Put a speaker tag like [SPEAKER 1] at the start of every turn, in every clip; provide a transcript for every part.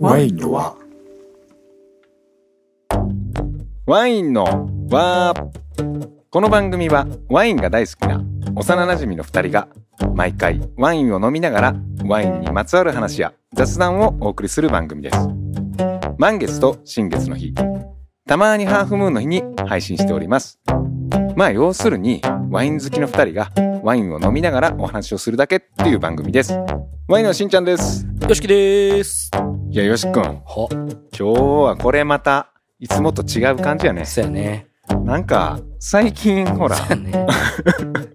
[SPEAKER 1] ワインのは
[SPEAKER 2] ワインのわーこの番組はワインが大好きな幼なじみの2人が毎回ワインを飲みながらワインにまつわる話や雑談をお送りする番組です満月と新月の日たまにハーフムーンの日に配信しておりますまあ要するにワイン好きの2人がワインを飲みながらお話をするだけっていう番組ですワインのしんちゃんです
[SPEAKER 3] よしきです。
[SPEAKER 2] いやよしくん今
[SPEAKER 3] は、
[SPEAKER 2] 日はこれまたいつもと違う感じやね
[SPEAKER 3] そうやね。
[SPEAKER 2] なんか最近ほら
[SPEAKER 3] そうやね。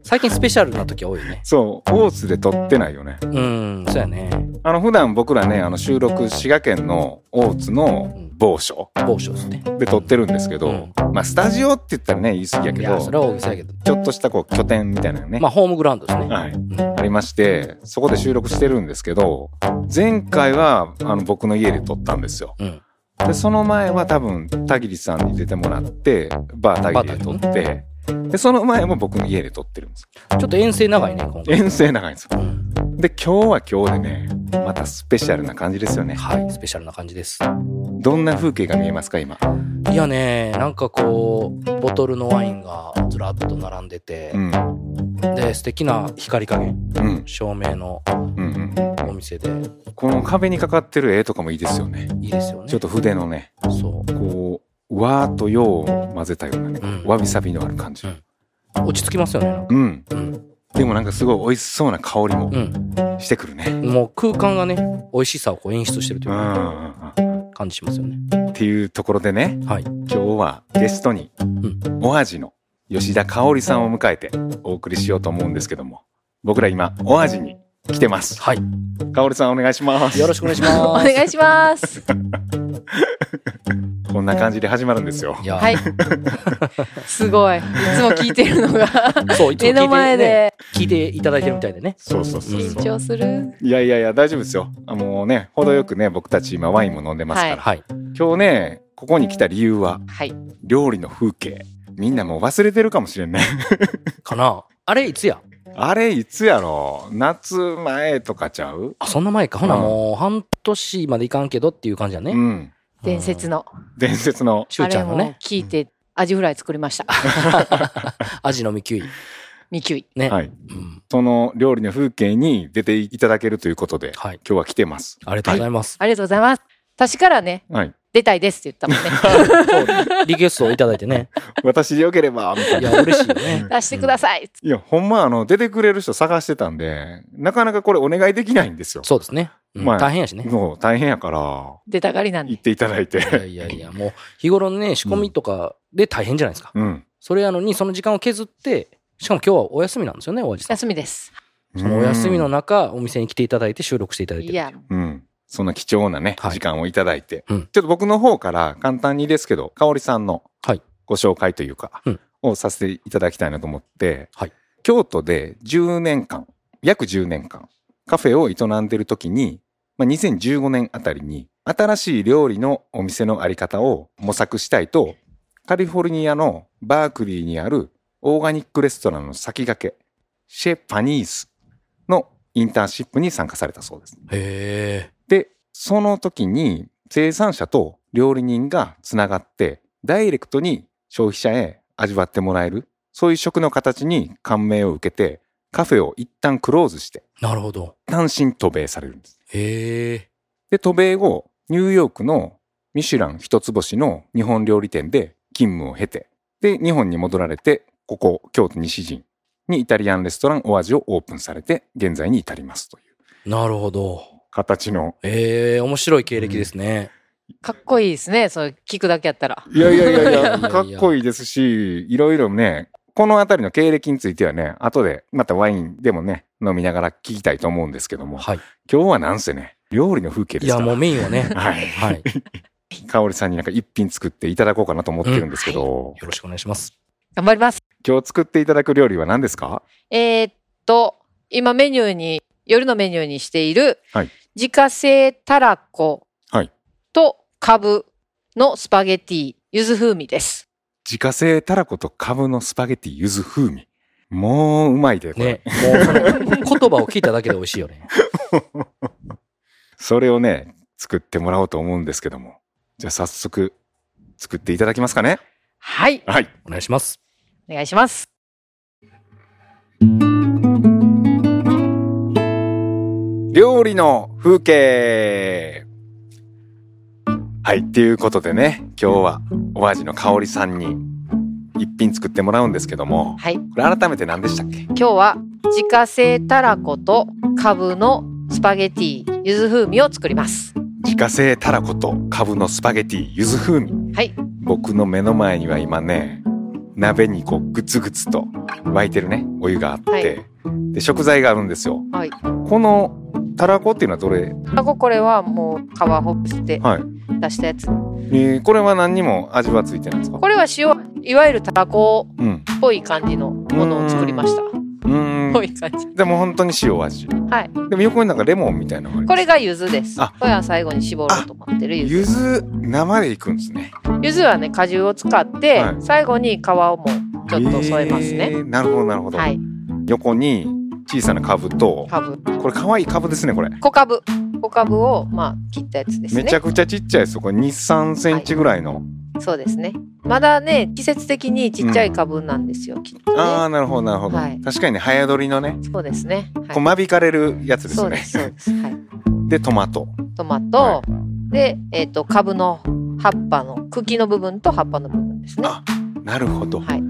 [SPEAKER 3] 最近スペシャルな時多いね。
[SPEAKER 2] そう、大津で撮ってないよね。
[SPEAKER 3] うん、そうやね。
[SPEAKER 2] あの、普段僕らね、あの、収録、滋賀県の大津の某所
[SPEAKER 3] 某所ですね。
[SPEAKER 2] で撮ってるんですけど、
[SPEAKER 3] うん
[SPEAKER 2] まあ、スタジオって言ったらね、言い過ぎや
[SPEAKER 3] い
[SPEAKER 2] け
[SPEAKER 3] や、それ
[SPEAKER 2] ど、
[SPEAKER 3] は大げさやけど。
[SPEAKER 2] ちょっとしたこう、拠点みたいなのね、
[SPEAKER 3] まあ、ホームグラウンドですね。
[SPEAKER 2] はい
[SPEAKER 3] うん
[SPEAKER 2] ありまして、そこで収録してるんですけど、前回は、あの、僕の家で撮ったんですよ。
[SPEAKER 3] うん。
[SPEAKER 2] で、その前は多分、田切さんに出てもらって、バー田切で撮って、で、その前も僕の家で撮ってるんです。
[SPEAKER 3] ちょっと遠征長いね、今回。
[SPEAKER 2] 遠征長いんですよ。
[SPEAKER 3] うん
[SPEAKER 2] で、今日は今日でね、またスペシャルな感じですよね。
[SPEAKER 3] はい、スペシャルな感じです。
[SPEAKER 2] どんな風景が見えますか今。
[SPEAKER 3] いやね、なんかこう、ボトルのワインがずらっと並んでて
[SPEAKER 2] う、ん。うん。
[SPEAKER 3] で、素敵な光加減、
[SPEAKER 2] うん。
[SPEAKER 3] 照明の
[SPEAKER 2] うん。
[SPEAKER 3] お店で、
[SPEAKER 2] この壁にかかってる絵とかもいいですよね。
[SPEAKER 3] いいですよね。
[SPEAKER 2] ちょっと筆のね、
[SPEAKER 3] と、そう。
[SPEAKER 2] こう、和と洋を混ぜたようなね、
[SPEAKER 3] うん
[SPEAKER 2] わびさびのある感じ。
[SPEAKER 3] 落ち着きますよね、なんか。
[SPEAKER 2] うん。
[SPEAKER 3] うん。
[SPEAKER 2] でもなんかすごい美味しそうな香りも
[SPEAKER 3] うん。
[SPEAKER 2] してくるね。
[SPEAKER 3] もう空間がね、美味しさをこう演出してると
[SPEAKER 2] う。
[SPEAKER 3] いうん
[SPEAKER 2] う
[SPEAKER 3] か。
[SPEAKER 2] んうん
[SPEAKER 3] 感じしますよね。
[SPEAKER 2] っていうところでね、
[SPEAKER 3] はい。
[SPEAKER 2] 今日はゲストに、
[SPEAKER 3] ん
[SPEAKER 2] お味の吉田香織さんを迎えてお送りしようと思うんですけども、僕ら今、お味に来てます。
[SPEAKER 3] はい。
[SPEAKER 2] 香織さんお願いします。
[SPEAKER 3] よろしくお願いしま
[SPEAKER 4] お
[SPEAKER 3] す。
[SPEAKER 4] 願いします。
[SPEAKER 2] こんな感じで始まるんですよ。
[SPEAKER 3] いや、
[SPEAKER 4] はい。すごい。いつも聞いてるのが
[SPEAKER 3] そう、いつも聞いて、ね、
[SPEAKER 4] 目の前で
[SPEAKER 3] 聞いていただいてるみたいでね。
[SPEAKER 2] そうそうそう
[SPEAKER 3] うん
[SPEAKER 2] そう。
[SPEAKER 4] 緊張する。
[SPEAKER 2] いやいやいや、大丈夫ですよ。あもうね、程よくね、僕たち今ワインも飲んでますから。
[SPEAKER 3] はい。
[SPEAKER 2] 今日ね、ここに来た理由は、
[SPEAKER 4] はい。
[SPEAKER 2] 料理の風景。みんなもう忘れてるかもしれんね。
[SPEAKER 3] かなあれ、いつや
[SPEAKER 2] あれ、いつやろ夏前とかちゃう
[SPEAKER 3] あ、そんな前か。ほな、
[SPEAKER 2] うん
[SPEAKER 3] もう、半年までいかんけどっていう感じだね。
[SPEAKER 2] う
[SPEAKER 3] うん
[SPEAKER 2] ん。
[SPEAKER 4] 伝説。の、
[SPEAKER 2] 伝説の。
[SPEAKER 3] しゅ
[SPEAKER 4] あ
[SPEAKER 3] うち
[SPEAKER 4] れ
[SPEAKER 3] ゃんの
[SPEAKER 4] も
[SPEAKER 3] ね、
[SPEAKER 4] 聞いて、アジフライ作りました。
[SPEAKER 3] アジのミキュイ。
[SPEAKER 4] ミキュイ。
[SPEAKER 3] ね。
[SPEAKER 2] はい。
[SPEAKER 3] うん。
[SPEAKER 2] その料理の風景に出ていただけるということで、
[SPEAKER 3] はい。
[SPEAKER 2] 今日は来てます。
[SPEAKER 3] ありがとうございます。
[SPEAKER 4] ありがとうございます。私からね、
[SPEAKER 2] はい。
[SPEAKER 4] 出たいですって言ったもん
[SPEAKER 3] そ
[SPEAKER 4] ね。
[SPEAKER 3] うリクエストをいただいてね。
[SPEAKER 2] 私でよければ、みたい
[SPEAKER 3] い
[SPEAKER 2] な。
[SPEAKER 3] や、嬉しいよね。
[SPEAKER 4] 出してください。
[SPEAKER 2] いや、ほんま、あの、出てくれる人探してたんで、なかなかこれお願いできないんですよ。
[SPEAKER 3] そうですね。うん
[SPEAKER 2] まあ
[SPEAKER 3] 大変やしね。
[SPEAKER 2] もう大変やから、
[SPEAKER 4] 出たがりなん
[SPEAKER 2] 行
[SPEAKER 4] で
[SPEAKER 2] っ。ていただい
[SPEAKER 3] いや
[SPEAKER 2] て。
[SPEAKER 3] いやいや、もう、日頃のね、仕込みとかで大変じゃないですか。
[SPEAKER 2] うん。
[SPEAKER 3] それやのに、その時間を削って、しかも今日はお休みなんですよね、お味さん。
[SPEAKER 4] 休みです。
[SPEAKER 3] そのお休みの中、お店に来ていただいて収録していただいて
[SPEAKER 4] い
[SPEAKER 3] る。
[SPEAKER 4] や、
[SPEAKER 2] うん。そんな貴重なね、
[SPEAKER 3] はい
[SPEAKER 2] 時間をいただいて、
[SPEAKER 3] うん
[SPEAKER 2] ちょっと僕の方から簡単にですけど、香織さんの
[SPEAKER 3] はい
[SPEAKER 2] ご紹介というか、
[SPEAKER 3] うん
[SPEAKER 2] をさせていただきたいなと思って、
[SPEAKER 3] はい
[SPEAKER 2] 京都で10年間、約10年間、カフェを営んでる時に、まあ、2015年あたりに、新しい料理のお店のあり方を模索したいと、カリフォルニアのバークリーにあるオーガニックレストランの先駆け、シェ・パニースのインターンシップに参加されたそうです。
[SPEAKER 3] へえ。
[SPEAKER 2] で、その時に生産者と料理人がつながって、ダイレクトに消費者へ味わってもらえる、そういう食の形に感銘を受けて、カフェを一旦クローズして、
[SPEAKER 3] なるほど。
[SPEAKER 2] 単身渡米されるんです。
[SPEAKER 3] へえ。
[SPEAKER 2] で、渡米後、ニューヨークのミシュラン一つ星の日本料理店で勤務を経て、で、日本に戻られて、ここ、京都西陣にイタリアンレストランオアジをオープンされて、現在に至りますという
[SPEAKER 3] なるほど。
[SPEAKER 2] 形の。
[SPEAKER 3] ええ、面白い経歴ですね。
[SPEAKER 4] かっこいいですね。そう、聞くだけやったら。
[SPEAKER 2] いやいやいやい
[SPEAKER 3] いや
[SPEAKER 2] や、
[SPEAKER 3] いや
[SPEAKER 2] かっこいいですし、いろいろね、このあたりの経歴についてはね、後で、またワインでもね、飲みながら聞きたいと思うんですけども、
[SPEAKER 3] はい。
[SPEAKER 2] 今日はなんせね、料理の風景で
[SPEAKER 3] い
[SPEAKER 2] す
[SPEAKER 3] や、
[SPEAKER 2] から。
[SPEAKER 3] もうメインはね。
[SPEAKER 2] はい。
[SPEAKER 3] はい。よ
[SPEAKER 2] 香織さんになんか一品作っていただこうかなと思ってるんですけど、
[SPEAKER 3] ろしくお願いします。
[SPEAKER 4] 頑張ります。
[SPEAKER 2] 今日作っていただく料理は何ですか
[SPEAKER 4] えーっと、今メニューに、夜のメニューにしている、
[SPEAKER 2] はい
[SPEAKER 4] 自家製たらこ
[SPEAKER 2] はい
[SPEAKER 4] とかぶのスパゲティ、ゆず風味です。
[SPEAKER 2] 自家製たらことカブのスパゲティ柚子風味。もううまいで、これ。
[SPEAKER 3] ね。もう、その言葉を聞いただけで美味しいよね。
[SPEAKER 2] それをね、作ってもらおうと思うんですけども。じゃあ早速作っていただきますかね。
[SPEAKER 4] はい。
[SPEAKER 2] はい。
[SPEAKER 3] お願いします。
[SPEAKER 4] お願いします。
[SPEAKER 2] 料理の風景はい、っていうことでね、今日はお味の香りさんに一品作ってもらうんですけども、
[SPEAKER 4] はい。
[SPEAKER 2] これ改めて何でしたっけ
[SPEAKER 4] 今日は自家製たらことカブのスパゲティ柚子風味を作ります。
[SPEAKER 2] 自家製たらことカブのスパゲティ柚子風味。
[SPEAKER 4] はい。
[SPEAKER 2] 僕の目の前には今ね、鍋にこうグツグツと沸いてるね、お湯があって、
[SPEAKER 4] はい
[SPEAKER 2] で食材があるんですよ。
[SPEAKER 4] はい
[SPEAKER 2] このたらこっていうのはどれ
[SPEAKER 4] たらここれはもう皮ほぐして
[SPEAKER 2] はい。
[SPEAKER 4] 出したやつ。
[SPEAKER 2] えーこれは何にも味はついてないんですか
[SPEAKER 4] これは塩、いわゆるたらこ
[SPEAKER 2] うん。
[SPEAKER 4] っぽい感じのものを作りました。
[SPEAKER 2] うーん
[SPEAKER 4] ぽい感じ。
[SPEAKER 2] でも本当に塩味。
[SPEAKER 4] はい。
[SPEAKER 2] でも横になんかレモンみたいなのがあります
[SPEAKER 4] これが柚子です。
[SPEAKER 2] あ
[SPEAKER 4] これは最後に絞ろうと思ってる柚
[SPEAKER 2] 柚
[SPEAKER 4] 子。
[SPEAKER 2] 子生でいくんですね。
[SPEAKER 4] 柚子はね、果汁を使って、
[SPEAKER 2] はい
[SPEAKER 4] 最後に皮をもちょっと添えます
[SPEAKER 2] え
[SPEAKER 4] ね。
[SPEAKER 2] ーなるほどなるほど。
[SPEAKER 4] はい。
[SPEAKER 2] 横に小さな株と
[SPEAKER 4] カブ。
[SPEAKER 2] これ可愛い株ですねこれ。
[SPEAKER 4] 小カブ。小カブを、まあ、切ったやつですね。
[SPEAKER 2] めちゃくちゃちっちゃいですよ。これ2、3センチぐらいの。
[SPEAKER 4] そうですね。まだね、季節的にちっちゃい株なんですよ、きっとね。
[SPEAKER 2] ああなるほどなるほど。
[SPEAKER 4] はい
[SPEAKER 2] 確かにね早取りのね、
[SPEAKER 4] そうですね。はい
[SPEAKER 2] こう間引かれるやつで
[SPEAKER 4] そ
[SPEAKER 2] す
[SPEAKER 4] うです、そう
[SPEAKER 2] ね。
[SPEAKER 4] です。はい。
[SPEAKER 2] でトマト。
[SPEAKER 4] トマト、
[SPEAKER 2] は
[SPEAKER 4] で、えっ、と、株の葉っぱの、茎の部分と葉っぱの部分ですね。
[SPEAKER 2] あなるほど。
[SPEAKER 4] はい。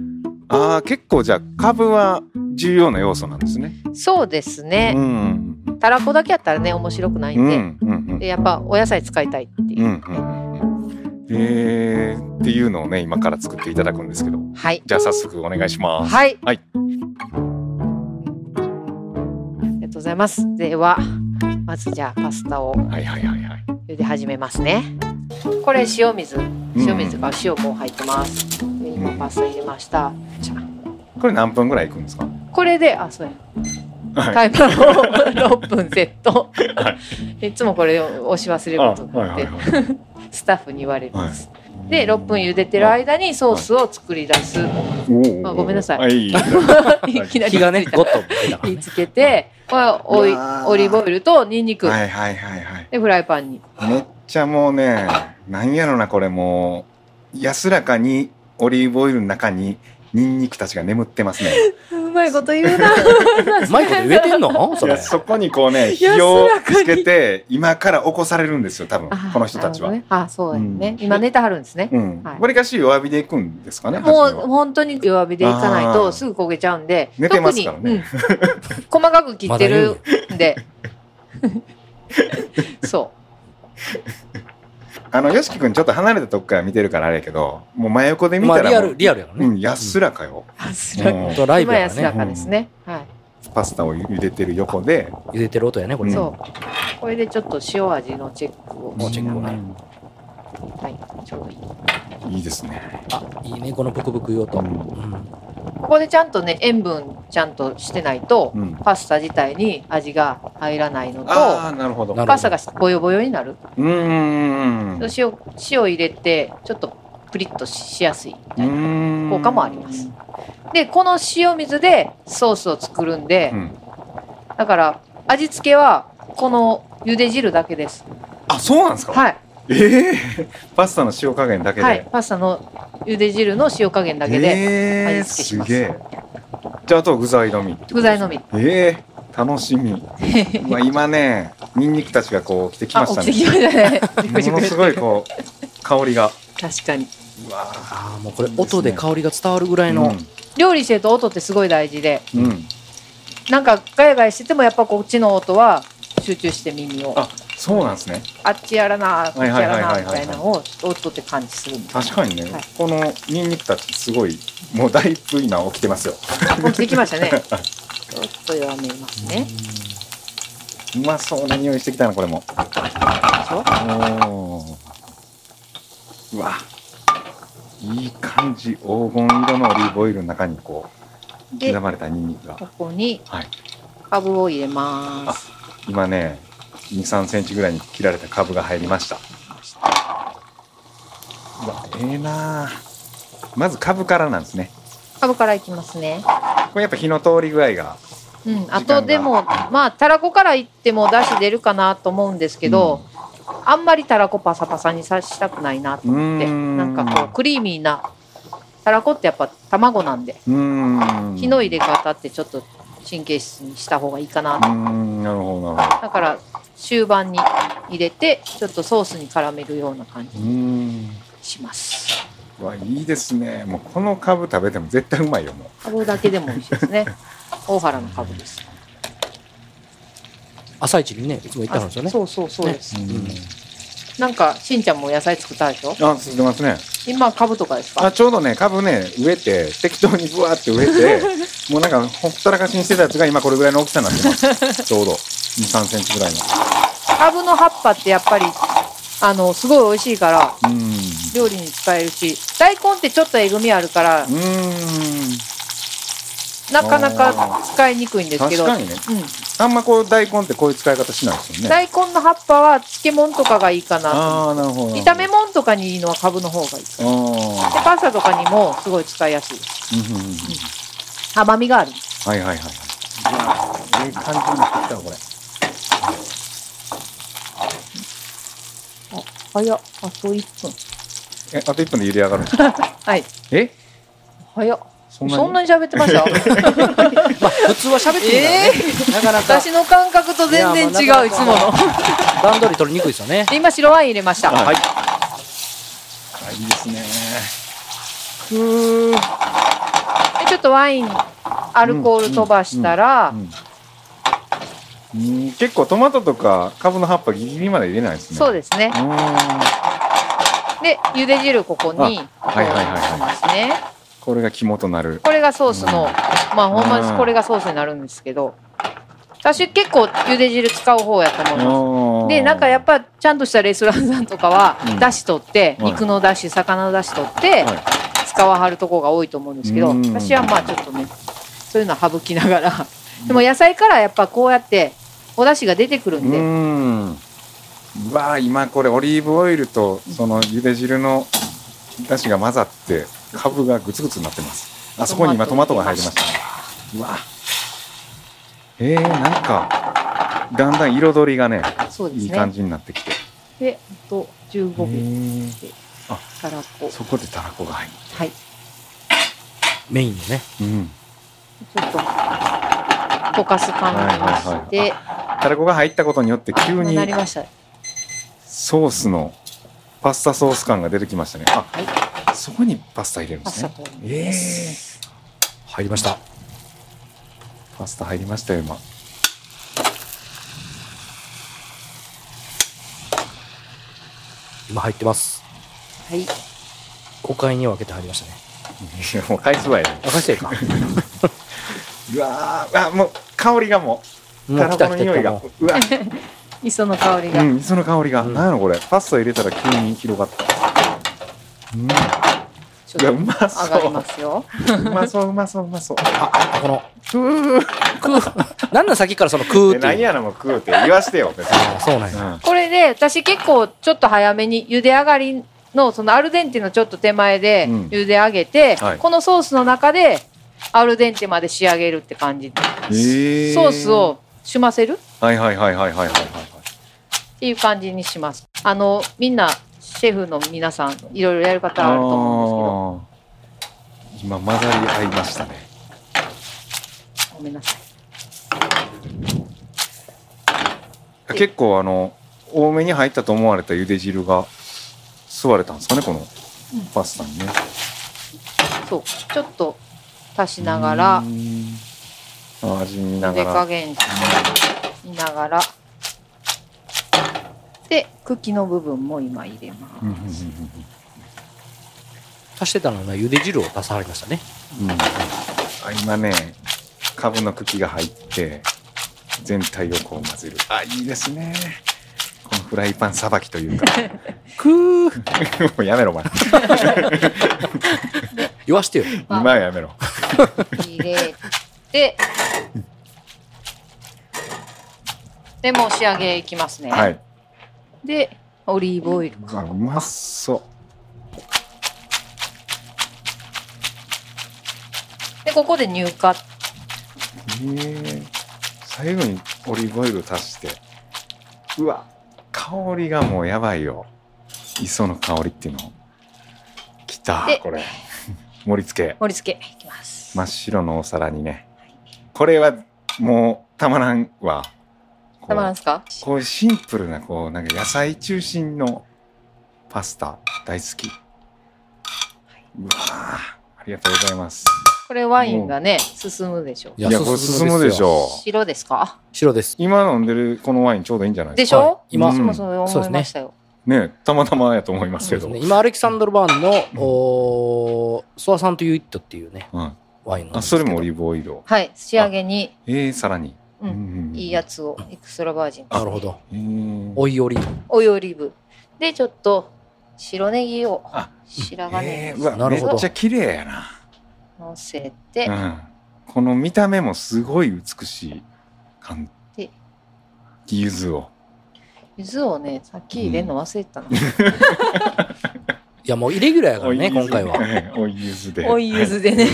[SPEAKER 2] ああ結構じゃあ株は重要な要素なんですね。
[SPEAKER 4] そうです
[SPEAKER 2] う
[SPEAKER 4] ね。
[SPEAKER 2] ん
[SPEAKER 4] たらこだけやったらね、面白くない
[SPEAKER 2] うんんう
[SPEAKER 4] で、
[SPEAKER 2] んうん
[SPEAKER 4] でやっぱお野菜使いたいっていうう。
[SPEAKER 2] んうんうん。えー、っていうのをね今から作っていただくんですけど。
[SPEAKER 4] はい。
[SPEAKER 2] じゃあ早速お願いします。
[SPEAKER 4] はい。
[SPEAKER 2] はい
[SPEAKER 4] ありがとうございます。では、まずじゃあパスタを
[SPEAKER 2] はいはいはいはい。
[SPEAKER 4] 茹で始めますね。これ塩水、塩水か塩もう入ってます。上にもパスタ入れました。じゃあ
[SPEAKER 2] これ何分ぐらいいくんですか。
[SPEAKER 4] これで、あ、そうや。
[SPEAKER 2] は
[SPEAKER 4] タイマーを6分セット
[SPEAKER 2] はい
[SPEAKER 4] つもこれを押し忘れ
[SPEAKER 2] い。
[SPEAKER 4] ることがあって
[SPEAKER 2] はい。
[SPEAKER 4] スタッフに言われます、で6分茹でてる間にソースを作り出す、
[SPEAKER 2] お
[SPEAKER 4] あごめんなさい
[SPEAKER 2] はい。
[SPEAKER 4] い、きなり
[SPEAKER 3] 火がね、ゴッと持ってたから
[SPEAKER 4] 火
[SPEAKER 3] ね。
[SPEAKER 4] つけてこれオイ
[SPEAKER 2] うわー
[SPEAKER 4] オリーブオイルとニンニク、
[SPEAKER 2] はいはいはいはい。
[SPEAKER 4] でフライパンに
[SPEAKER 2] めっちゃもうね、なんやろなこれもう安らかにオリーブオイルの中にニンニクたちが眠ってますね。
[SPEAKER 4] うまいこと言うな
[SPEAKER 3] うまいこと言えてんのそ
[SPEAKER 2] い
[SPEAKER 3] れ
[SPEAKER 2] や。そこにこうね火をつけて今から起こされるんですよ多分この人たちは。
[SPEAKER 4] あ,なるほどね、あそうやね、
[SPEAKER 2] うん
[SPEAKER 4] 今寝てはるんですね
[SPEAKER 2] うん
[SPEAKER 4] はい。
[SPEAKER 2] わりかし弱火でいくんですかね。
[SPEAKER 4] もう
[SPEAKER 2] 初めは
[SPEAKER 4] 本当に弱火でいかない
[SPEAKER 2] あー
[SPEAKER 4] とすぐ焦げちゃうんで
[SPEAKER 2] 寝てますからね
[SPEAKER 4] 特に、うん細かく切ってるんでそう
[SPEAKER 2] あの、よしきくんちょっと離れたとこから見てるからあれやけど、もう真横で見
[SPEAKER 3] まあ
[SPEAKER 2] たらもう、
[SPEAKER 3] リアル、リアルやろ
[SPEAKER 2] う
[SPEAKER 3] ね。
[SPEAKER 2] ん、安らかよ。
[SPEAKER 4] 安らか
[SPEAKER 2] も
[SPEAKER 3] 本
[SPEAKER 2] う
[SPEAKER 3] 当はライブ
[SPEAKER 4] 今
[SPEAKER 3] やか
[SPEAKER 4] 安
[SPEAKER 3] ら
[SPEAKER 4] ら
[SPEAKER 3] ね。
[SPEAKER 4] かですね、はい、
[SPEAKER 2] パスタを茹でてる横で、
[SPEAKER 3] 茹でてる音やね、これ。
[SPEAKER 2] うん
[SPEAKER 4] そうこれでちょっと塩味のチェックを
[SPEAKER 3] もうチェックをね。
[SPEAKER 4] はいちょうどいい
[SPEAKER 2] いいですね。
[SPEAKER 3] あ、いいね、このブクブクいう音。
[SPEAKER 2] うん
[SPEAKER 3] うん
[SPEAKER 4] ここでちゃんとね塩分ちゃんとしてないと、
[SPEAKER 2] うん。
[SPEAKER 4] パスタ自体に味が入らないのと
[SPEAKER 2] ああ、なるほど。
[SPEAKER 3] なる
[SPEAKER 4] パスタがボヨボヨになる
[SPEAKER 2] うーん。う
[SPEAKER 4] 塩塩入れてちょっとプリッとしやすいみたいな
[SPEAKER 2] ーん
[SPEAKER 4] 効果もあります。でこの塩水でソースを作るんで、
[SPEAKER 2] うん
[SPEAKER 4] だから味付けはこの茹で汁だけです
[SPEAKER 2] あ、そうなんですか
[SPEAKER 4] はい
[SPEAKER 2] ええパスタの塩加減だけで。
[SPEAKER 4] はい、パスタの茹で汁の塩加減だけで
[SPEAKER 2] ええ
[SPEAKER 4] 味付けし
[SPEAKER 2] す
[SPEAKER 4] ます
[SPEAKER 2] げえ。じゃあ、あとは具材のみってこと
[SPEAKER 4] 具材のみ。
[SPEAKER 2] ええ楽し み。まあ、今ね、ニンニクたちがこう来てき
[SPEAKER 4] あ、
[SPEAKER 2] ま
[SPEAKER 4] 起
[SPEAKER 2] した
[SPEAKER 4] きて
[SPEAKER 2] ね。
[SPEAKER 4] きまし たね。
[SPEAKER 2] ものすごいこう、香りが。
[SPEAKER 4] 確かに。
[SPEAKER 2] うわー
[SPEAKER 3] ああ、もうこれ音で香りが伝わるぐらいの。
[SPEAKER 4] 料理してると音ってすごい大事で、
[SPEAKER 2] うん、うん、
[SPEAKER 4] なんかガヤガヤしててもやっぱこっちの音は集中して耳を。
[SPEAKER 2] あそうなんですね
[SPEAKER 4] あっちやらな、こっちやら
[SPEAKER 2] は
[SPEAKER 4] な、
[SPEAKER 2] いはいはいは
[SPEAKER 4] み
[SPEAKER 2] いはい
[SPEAKER 4] たいなのを音って感じするんです。
[SPEAKER 2] 確かにね、
[SPEAKER 4] はい
[SPEAKER 2] このニンニクたちすごいもうだいぶ今起きてますよ
[SPEAKER 4] あ、起きてきました ね。ちょっと弱めますね。
[SPEAKER 2] うまそうな匂いしてきたなこれも
[SPEAKER 4] でしょ
[SPEAKER 2] おーうわいい感じ黄金色のオリーブオイルの中にこう刻
[SPEAKER 4] で、
[SPEAKER 2] まれたニンニクが
[SPEAKER 4] ここに
[SPEAKER 2] はい
[SPEAKER 4] カブを入れます。
[SPEAKER 2] 今ね2 3センチぐらいに切られたカブが入りましたうわええなあまずカブからなんですね
[SPEAKER 4] カブからいきますね。
[SPEAKER 2] これやっぱ火の通り具合が
[SPEAKER 4] うん、
[SPEAKER 2] が
[SPEAKER 4] あとでもまあたらこからいっても出汁出るかなと思うんですけど、あんまりたらこパサパサにさしたくないなと思って
[SPEAKER 2] うーん
[SPEAKER 4] なんかこうクリーミーなたらこってやっぱ卵なんで
[SPEAKER 2] うーん
[SPEAKER 4] 火の入れ方ってちょっと神経質にした方がいいかな
[SPEAKER 2] うーんなるほどなるほど
[SPEAKER 4] だから終盤に入れてちょっとソースに絡めるような感じ
[SPEAKER 2] うーん
[SPEAKER 4] します
[SPEAKER 2] うわいいですねもうこの株食べても絶対うまいよも
[SPEAKER 4] かぶだけでも美味しいですね大原のかぶです
[SPEAKER 3] 朝一にね、いつも行ってはるんですよね。
[SPEAKER 4] そうそうそうです、
[SPEAKER 2] う、
[SPEAKER 4] なんかしんちゃんも野菜作ったでしょ
[SPEAKER 2] あ続いてますね
[SPEAKER 4] 今かぶとかです
[SPEAKER 2] あ
[SPEAKER 4] か
[SPEAKER 2] ちょうどね株ね植えて適当にぶわーって植え てもうなんかほったらかしにしてたやつが今これぐらいの大きさになってますちょうど2 3センチぐらいの
[SPEAKER 4] かぶの葉っぱってやっぱりあのすごい美味しいから
[SPEAKER 2] うーん
[SPEAKER 4] 料理に使えるし大根ってちょっとえぐみあるから
[SPEAKER 2] うー
[SPEAKER 4] なかなか使いにくいんですけ
[SPEAKER 2] ん確
[SPEAKER 4] ど、
[SPEAKER 2] かにね
[SPEAKER 4] うん、
[SPEAKER 2] あんまこう大根ってこういう使い方しないですよね
[SPEAKER 4] 大根の葉っぱは漬物とかがいいかなと思う
[SPEAKER 2] ああなるほど
[SPEAKER 4] 炒め物とかにいいのは株の方がいいで
[SPEAKER 2] ああ
[SPEAKER 4] パスタとかにもすごい使いやすいです
[SPEAKER 2] うんうんうん
[SPEAKER 4] 甘みがある
[SPEAKER 2] はいはいはいはいいやいい感じになってきたわこれ
[SPEAKER 4] 早っあと1分
[SPEAKER 2] えあと1分で茹で上がるんです
[SPEAKER 4] はい
[SPEAKER 2] え
[SPEAKER 4] 早っ
[SPEAKER 2] そ
[SPEAKER 4] そんなに喋ってまし
[SPEAKER 3] ま
[SPEAKER 4] た
[SPEAKER 3] あ、普通は喋っていいからね。なかなか
[SPEAKER 4] 私の感覚と全然違ういつもの
[SPEAKER 3] 段取り取りにくいですよね。
[SPEAKER 4] 今白ワイン入れました、
[SPEAKER 2] はい。あいいですね。ふう。
[SPEAKER 4] でちょっとワインアルコール飛ばしたら、
[SPEAKER 2] うん、結構トマトとかカブの葉っぱギリギリまで入れないですね。
[SPEAKER 4] そう
[SPEAKER 2] で
[SPEAKER 4] ですね
[SPEAKER 2] す。
[SPEAKER 4] で茹で汁ここに
[SPEAKER 2] あはいはいはいはい
[SPEAKER 4] こうしますね
[SPEAKER 2] これが肝となる。
[SPEAKER 4] これがソースの、
[SPEAKER 2] うん
[SPEAKER 4] まあほんま
[SPEAKER 2] う
[SPEAKER 4] に
[SPEAKER 2] ん
[SPEAKER 4] これがソースになるんですけど私結構茹で汁使う方やと思いますでなんかやっぱちゃんとしたレストランさんとかは
[SPEAKER 2] うん
[SPEAKER 4] だし取って、
[SPEAKER 2] はい
[SPEAKER 4] 肉のだし魚のだし取って、
[SPEAKER 2] はい
[SPEAKER 4] 使わはるとこが多いと思うんですけど
[SPEAKER 2] うん
[SPEAKER 4] 私はまあちょっとねそういうのは省きながらでも野菜からやっぱこうやっておだしが出てくる
[SPEAKER 2] うん
[SPEAKER 4] で、
[SPEAKER 2] ん。うわー今これオリーブオイルとその茹で汁のだしが混ざってカブがグツグツになってます。あそこに今トマトが入りました、ね。うわー。えー、なんかだんだん彩りがね
[SPEAKER 4] そうです
[SPEAKER 2] いい
[SPEAKER 4] ね
[SPEAKER 2] 感じになってきて。
[SPEAKER 4] であと
[SPEAKER 2] へ
[SPEAKER 4] 15秒
[SPEAKER 2] ー
[SPEAKER 4] たらこ
[SPEAKER 2] そこでたらこが入る。
[SPEAKER 4] はい
[SPEAKER 3] メインのね。
[SPEAKER 2] うん。
[SPEAKER 4] ちょっと溶かす感じにして、
[SPEAKER 2] はいたらこが入ったことによって急
[SPEAKER 4] こう
[SPEAKER 2] に
[SPEAKER 4] なりました
[SPEAKER 2] ソースのパスタソース感が出てきましたね。あ、そこにパスタ入れるんで
[SPEAKER 4] パ
[SPEAKER 2] す
[SPEAKER 4] スタ
[SPEAKER 2] ね。
[SPEAKER 4] と
[SPEAKER 2] ええ
[SPEAKER 3] 入りました。
[SPEAKER 2] パスタ入りましたよ今。
[SPEAKER 3] 今入ってます。
[SPEAKER 4] はい
[SPEAKER 3] 5回に分けて入りましたね。
[SPEAKER 2] いやもう返すわよ。
[SPEAKER 3] 任せて
[SPEAKER 2] う
[SPEAKER 3] か。
[SPEAKER 2] わーあ、もう香りがもう
[SPEAKER 3] も
[SPEAKER 2] た
[SPEAKER 3] う
[SPEAKER 2] ら
[SPEAKER 3] 来
[SPEAKER 2] こ
[SPEAKER 3] た
[SPEAKER 2] の
[SPEAKER 3] 来た
[SPEAKER 2] 匂い
[SPEAKER 3] 来
[SPEAKER 2] が。
[SPEAKER 3] た。もう
[SPEAKER 2] うわ、
[SPEAKER 4] 磯の香りが、
[SPEAKER 2] うん、その香りが。
[SPEAKER 3] うん
[SPEAKER 2] なんやろこれ。パスタ入れたら急に広がった。うん、い
[SPEAKER 4] ち
[SPEAKER 2] や
[SPEAKER 4] ょ
[SPEAKER 2] う
[SPEAKER 4] っ
[SPEAKER 2] ま
[SPEAKER 4] と上がり
[SPEAKER 2] そ
[SPEAKER 4] ますよ
[SPEAKER 2] う。うまそううまそううまそう。
[SPEAKER 3] あ、この、
[SPEAKER 2] くー。
[SPEAKER 3] クー。 なんなんさっきからそのクー
[SPEAKER 2] え
[SPEAKER 3] って
[SPEAKER 2] 何
[SPEAKER 3] いう。
[SPEAKER 2] やなもう食うって言わしてよ別に。
[SPEAKER 3] あそうなん
[SPEAKER 2] う
[SPEAKER 3] や。
[SPEAKER 2] ん。
[SPEAKER 4] これで私結構ちょっと早めに茹で上がりのそのアルデンテのちょっと手前で
[SPEAKER 2] うん
[SPEAKER 4] 茹で上げて、
[SPEAKER 2] はい
[SPEAKER 4] このソースの中でアルデンテまで仕上げるって感じ、
[SPEAKER 2] え
[SPEAKER 4] ソースをしませるっ
[SPEAKER 2] はいはいはいはいはいはいはい
[SPEAKER 4] ていう感じにしますあのみんなシェフの皆さんいろいろやる方あると思うんで
[SPEAKER 2] あー今混ざり合いましたね
[SPEAKER 4] すけどごめんなさいで
[SPEAKER 2] 結構あの多めに入ったと思われた茹で汁が吸われたんですかねこのパスタにね
[SPEAKER 4] そうちょっと足しながら
[SPEAKER 2] うーんあ味見な
[SPEAKER 4] 茹
[SPEAKER 2] が
[SPEAKER 4] で加
[SPEAKER 2] ら
[SPEAKER 4] 減しながらで茎の部分も今入れます、
[SPEAKER 2] うんうんうん
[SPEAKER 3] 足してたのはね、茹で汁を足さはりましたね。
[SPEAKER 2] うんうんあ今ねカブの茎が入って全体をこう混ぜるあいいですねこのフライパンさばきというか
[SPEAKER 3] クー。
[SPEAKER 2] もうやめろお前
[SPEAKER 3] 言わしてよ。
[SPEAKER 2] 今はやめろ
[SPEAKER 4] 入れて、で、もう仕上げいきますね。
[SPEAKER 2] はい
[SPEAKER 4] で、オリーブオイル。
[SPEAKER 2] うわうまそう
[SPEAKER 4] で、ここで乳化。
[SPEAKER 2] ええ最後にオリーブオイルを足してうわ香香りがもうやばいよ磯の香りっていうのきた
[SPEAKER 4] で
[SPEAKER 2] これ 盛り付け
[SPEAKER 4] 盛り付けいきます。
[SPEAKER 2] 真っ白のお皿にねこれはもうたまらんわこう
[SPEAKER 4] たまらんすか
[SPEAKER 2] こういうシンプルなこうなんか野菜中心のパスタ大好きうわーありがとうございます
[SPEAKER 4] これワインがね、進むでしょう。
[SPEAKER 2] いやこれ進むでしょう
[SPEAKER 4] 白ですか
[SPEAKER 3] 白です。
[SPEAKER 2] 今飲んでるこのワインちょうどいいんじゃない
[SPEAKER 4] で
[SPEAKER 2] で
[SPEAKER 4] しょ、
[SPEAKER 3] はい今
[SPEAKER 4] 私もそう思いましたよ。
[SPEAKER 2] ねたまたまやと思いますけど
[SPEAKER 3] そうですね今、アレキサンドル・バーンの、おーソワサント・ユイットっていうね、
[SPEAKER 2] うん、
[SPEAKER 3] ワインなん
[SPEAKER 2] あ
[SPEAKER 3] ですけ
[SPEAKER 2] そ
[SPEAKER 3] ど
[SPEAKER 2] れもオリーブオイルを
[SPEAKER 4] はい、仕上げに、
[SPEAKER 2] えー、さらに、
[SPEAKER 4] うん
[SPEAKER 2] んん
[SPEAKER 4] いいやつを、エクストラバージン。
[SPEAKER 3] なるほど。
[SPEAKER 2] えー
[SPEAKER 3] おいおり。
[SPEAKER 4] オイオリーブ。で、ちょっと、白ネギを、
[SPEAKER 2] あ
[SPEAKER 4] 白髪ネ
[SPEAKER 2] えー
[SPEAKER 4] ギ
[SPEAKER 2] うわ
[SPEAKER 3] なるほど
[SPEAKER 2] めっちゃ綺麗やな、
[SPEAKER 4] 乗せて、
[SPEAKER 2] うん、この見た目もすごい美しい感
[SPEAKER 4] で
[SPEAKER 2] じ柚子を
[SPEAKER 4] 柚子をね、さっき入れるの忘れてたの。
[SPEAKER 3] いや、もうイレギュラーやからね、
[SPEAKER 2] お柚
[SPEAKER 3] 今
[SPEAKER 2] 子
[SPEAKER 3] 回は。
[SPEAKER 2] えーお柚子で
[SPEAKER 4] お柚子でね、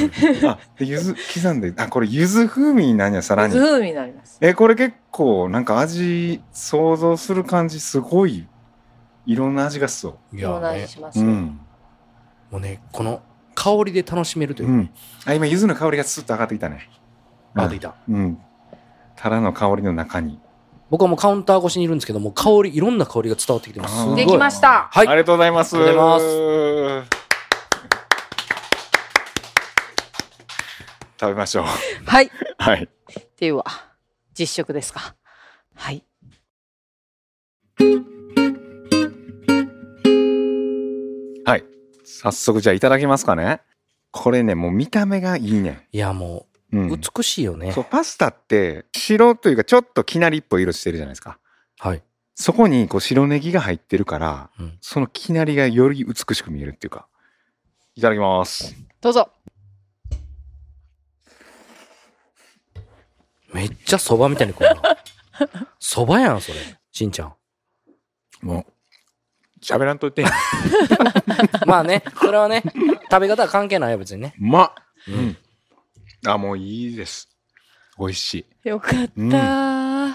[SPEAKER 2] あで柚子刻んであこれ柚子風味なんやさら
[SPEAKER 4] 柚子
[SPEAKER 2] に
[SPEAKER 4] 風味になります。
[SPEAKER 2] えこれ結構なんか味想像する感じすごいいろんな味がしそ
[SPEAKER 3] い
[SPEAKER 4] いろん
[SPEAKER 3] や、
[SPEAKER 4] な味
[SPEAKER 3] ね、
[SPEAKER 4] します
[SPEAKER 2] う、う
[SPEAKER 4] よ。
[SPEAKER 2] ん
[SPEAKER 3] もうね、この香りで楽しめるというう、
[SPEAKER 2] ん、あ今柚子の香りがスッと上がってきたね
[SPEAKER 3] あといた。
[SPEAKER 2] うん。タラの香りの中に。
[SPEAKER 3] 僕はもうカウンター越しにいるんですけど、もう香り、いろんな香りが伝わってきてます。す
[SPEAKER 2] あー
[SPEAKER 3] ご
[SPEAKER 4] で
[SPEAKER 3] い。
[SPEAKER 4] きました
[SPEAKER 3] はい
[SPEAKER 2] ありがとうございます。
[SPEAKER 3] ありがとうござ
[SPEAKER 2] 食べましょう。
[SPEAKER 4] はい。
[SPEAKER 2] はい。
[SPEAKER 4] では、実食ですか。はい。
[SPEAKER 2] はい。早速じゃあいただきますかね。これね、もう見た目がいいね。
[SPEAKER 3] いや、も
[SPEAKER 2] う
[SPEAKER 3] う、
[SPEAKER 2] ん。
[SPEAKER 3] 美しいよね
[SPEAKER 2] そう、。パスタって白というかちょっときなりっぽい色してるじゃないですか。
[SPEAKER 3] はい。
[SPEAKER 2] そこにこう白ネギが入ってるから、
[SPEAKER 3] うん
[SPEAKER 2] そのきなりがより美しく見えるっていうか。いただきます。
[SPEAKER 4] どうぞ。
[SPEAKER 3] めっちゃ蕎麦みたいにこんな。蕎麦やん、それ。しんちゃん。
[SPEAKER 2] もう、喋らんといてんや。
[SPEAKER 3] まあね、それはね、食べ方は関係ないよ、別にね。
[SPEAKER 2] うまっ
[SPEAKER 3] う
[SPEAKER 2] うん。あ、もういいです。美味しい。
[SPEAKER 4] よかった
[SPEAKER 2] うん
[SPEAKER 4] ー。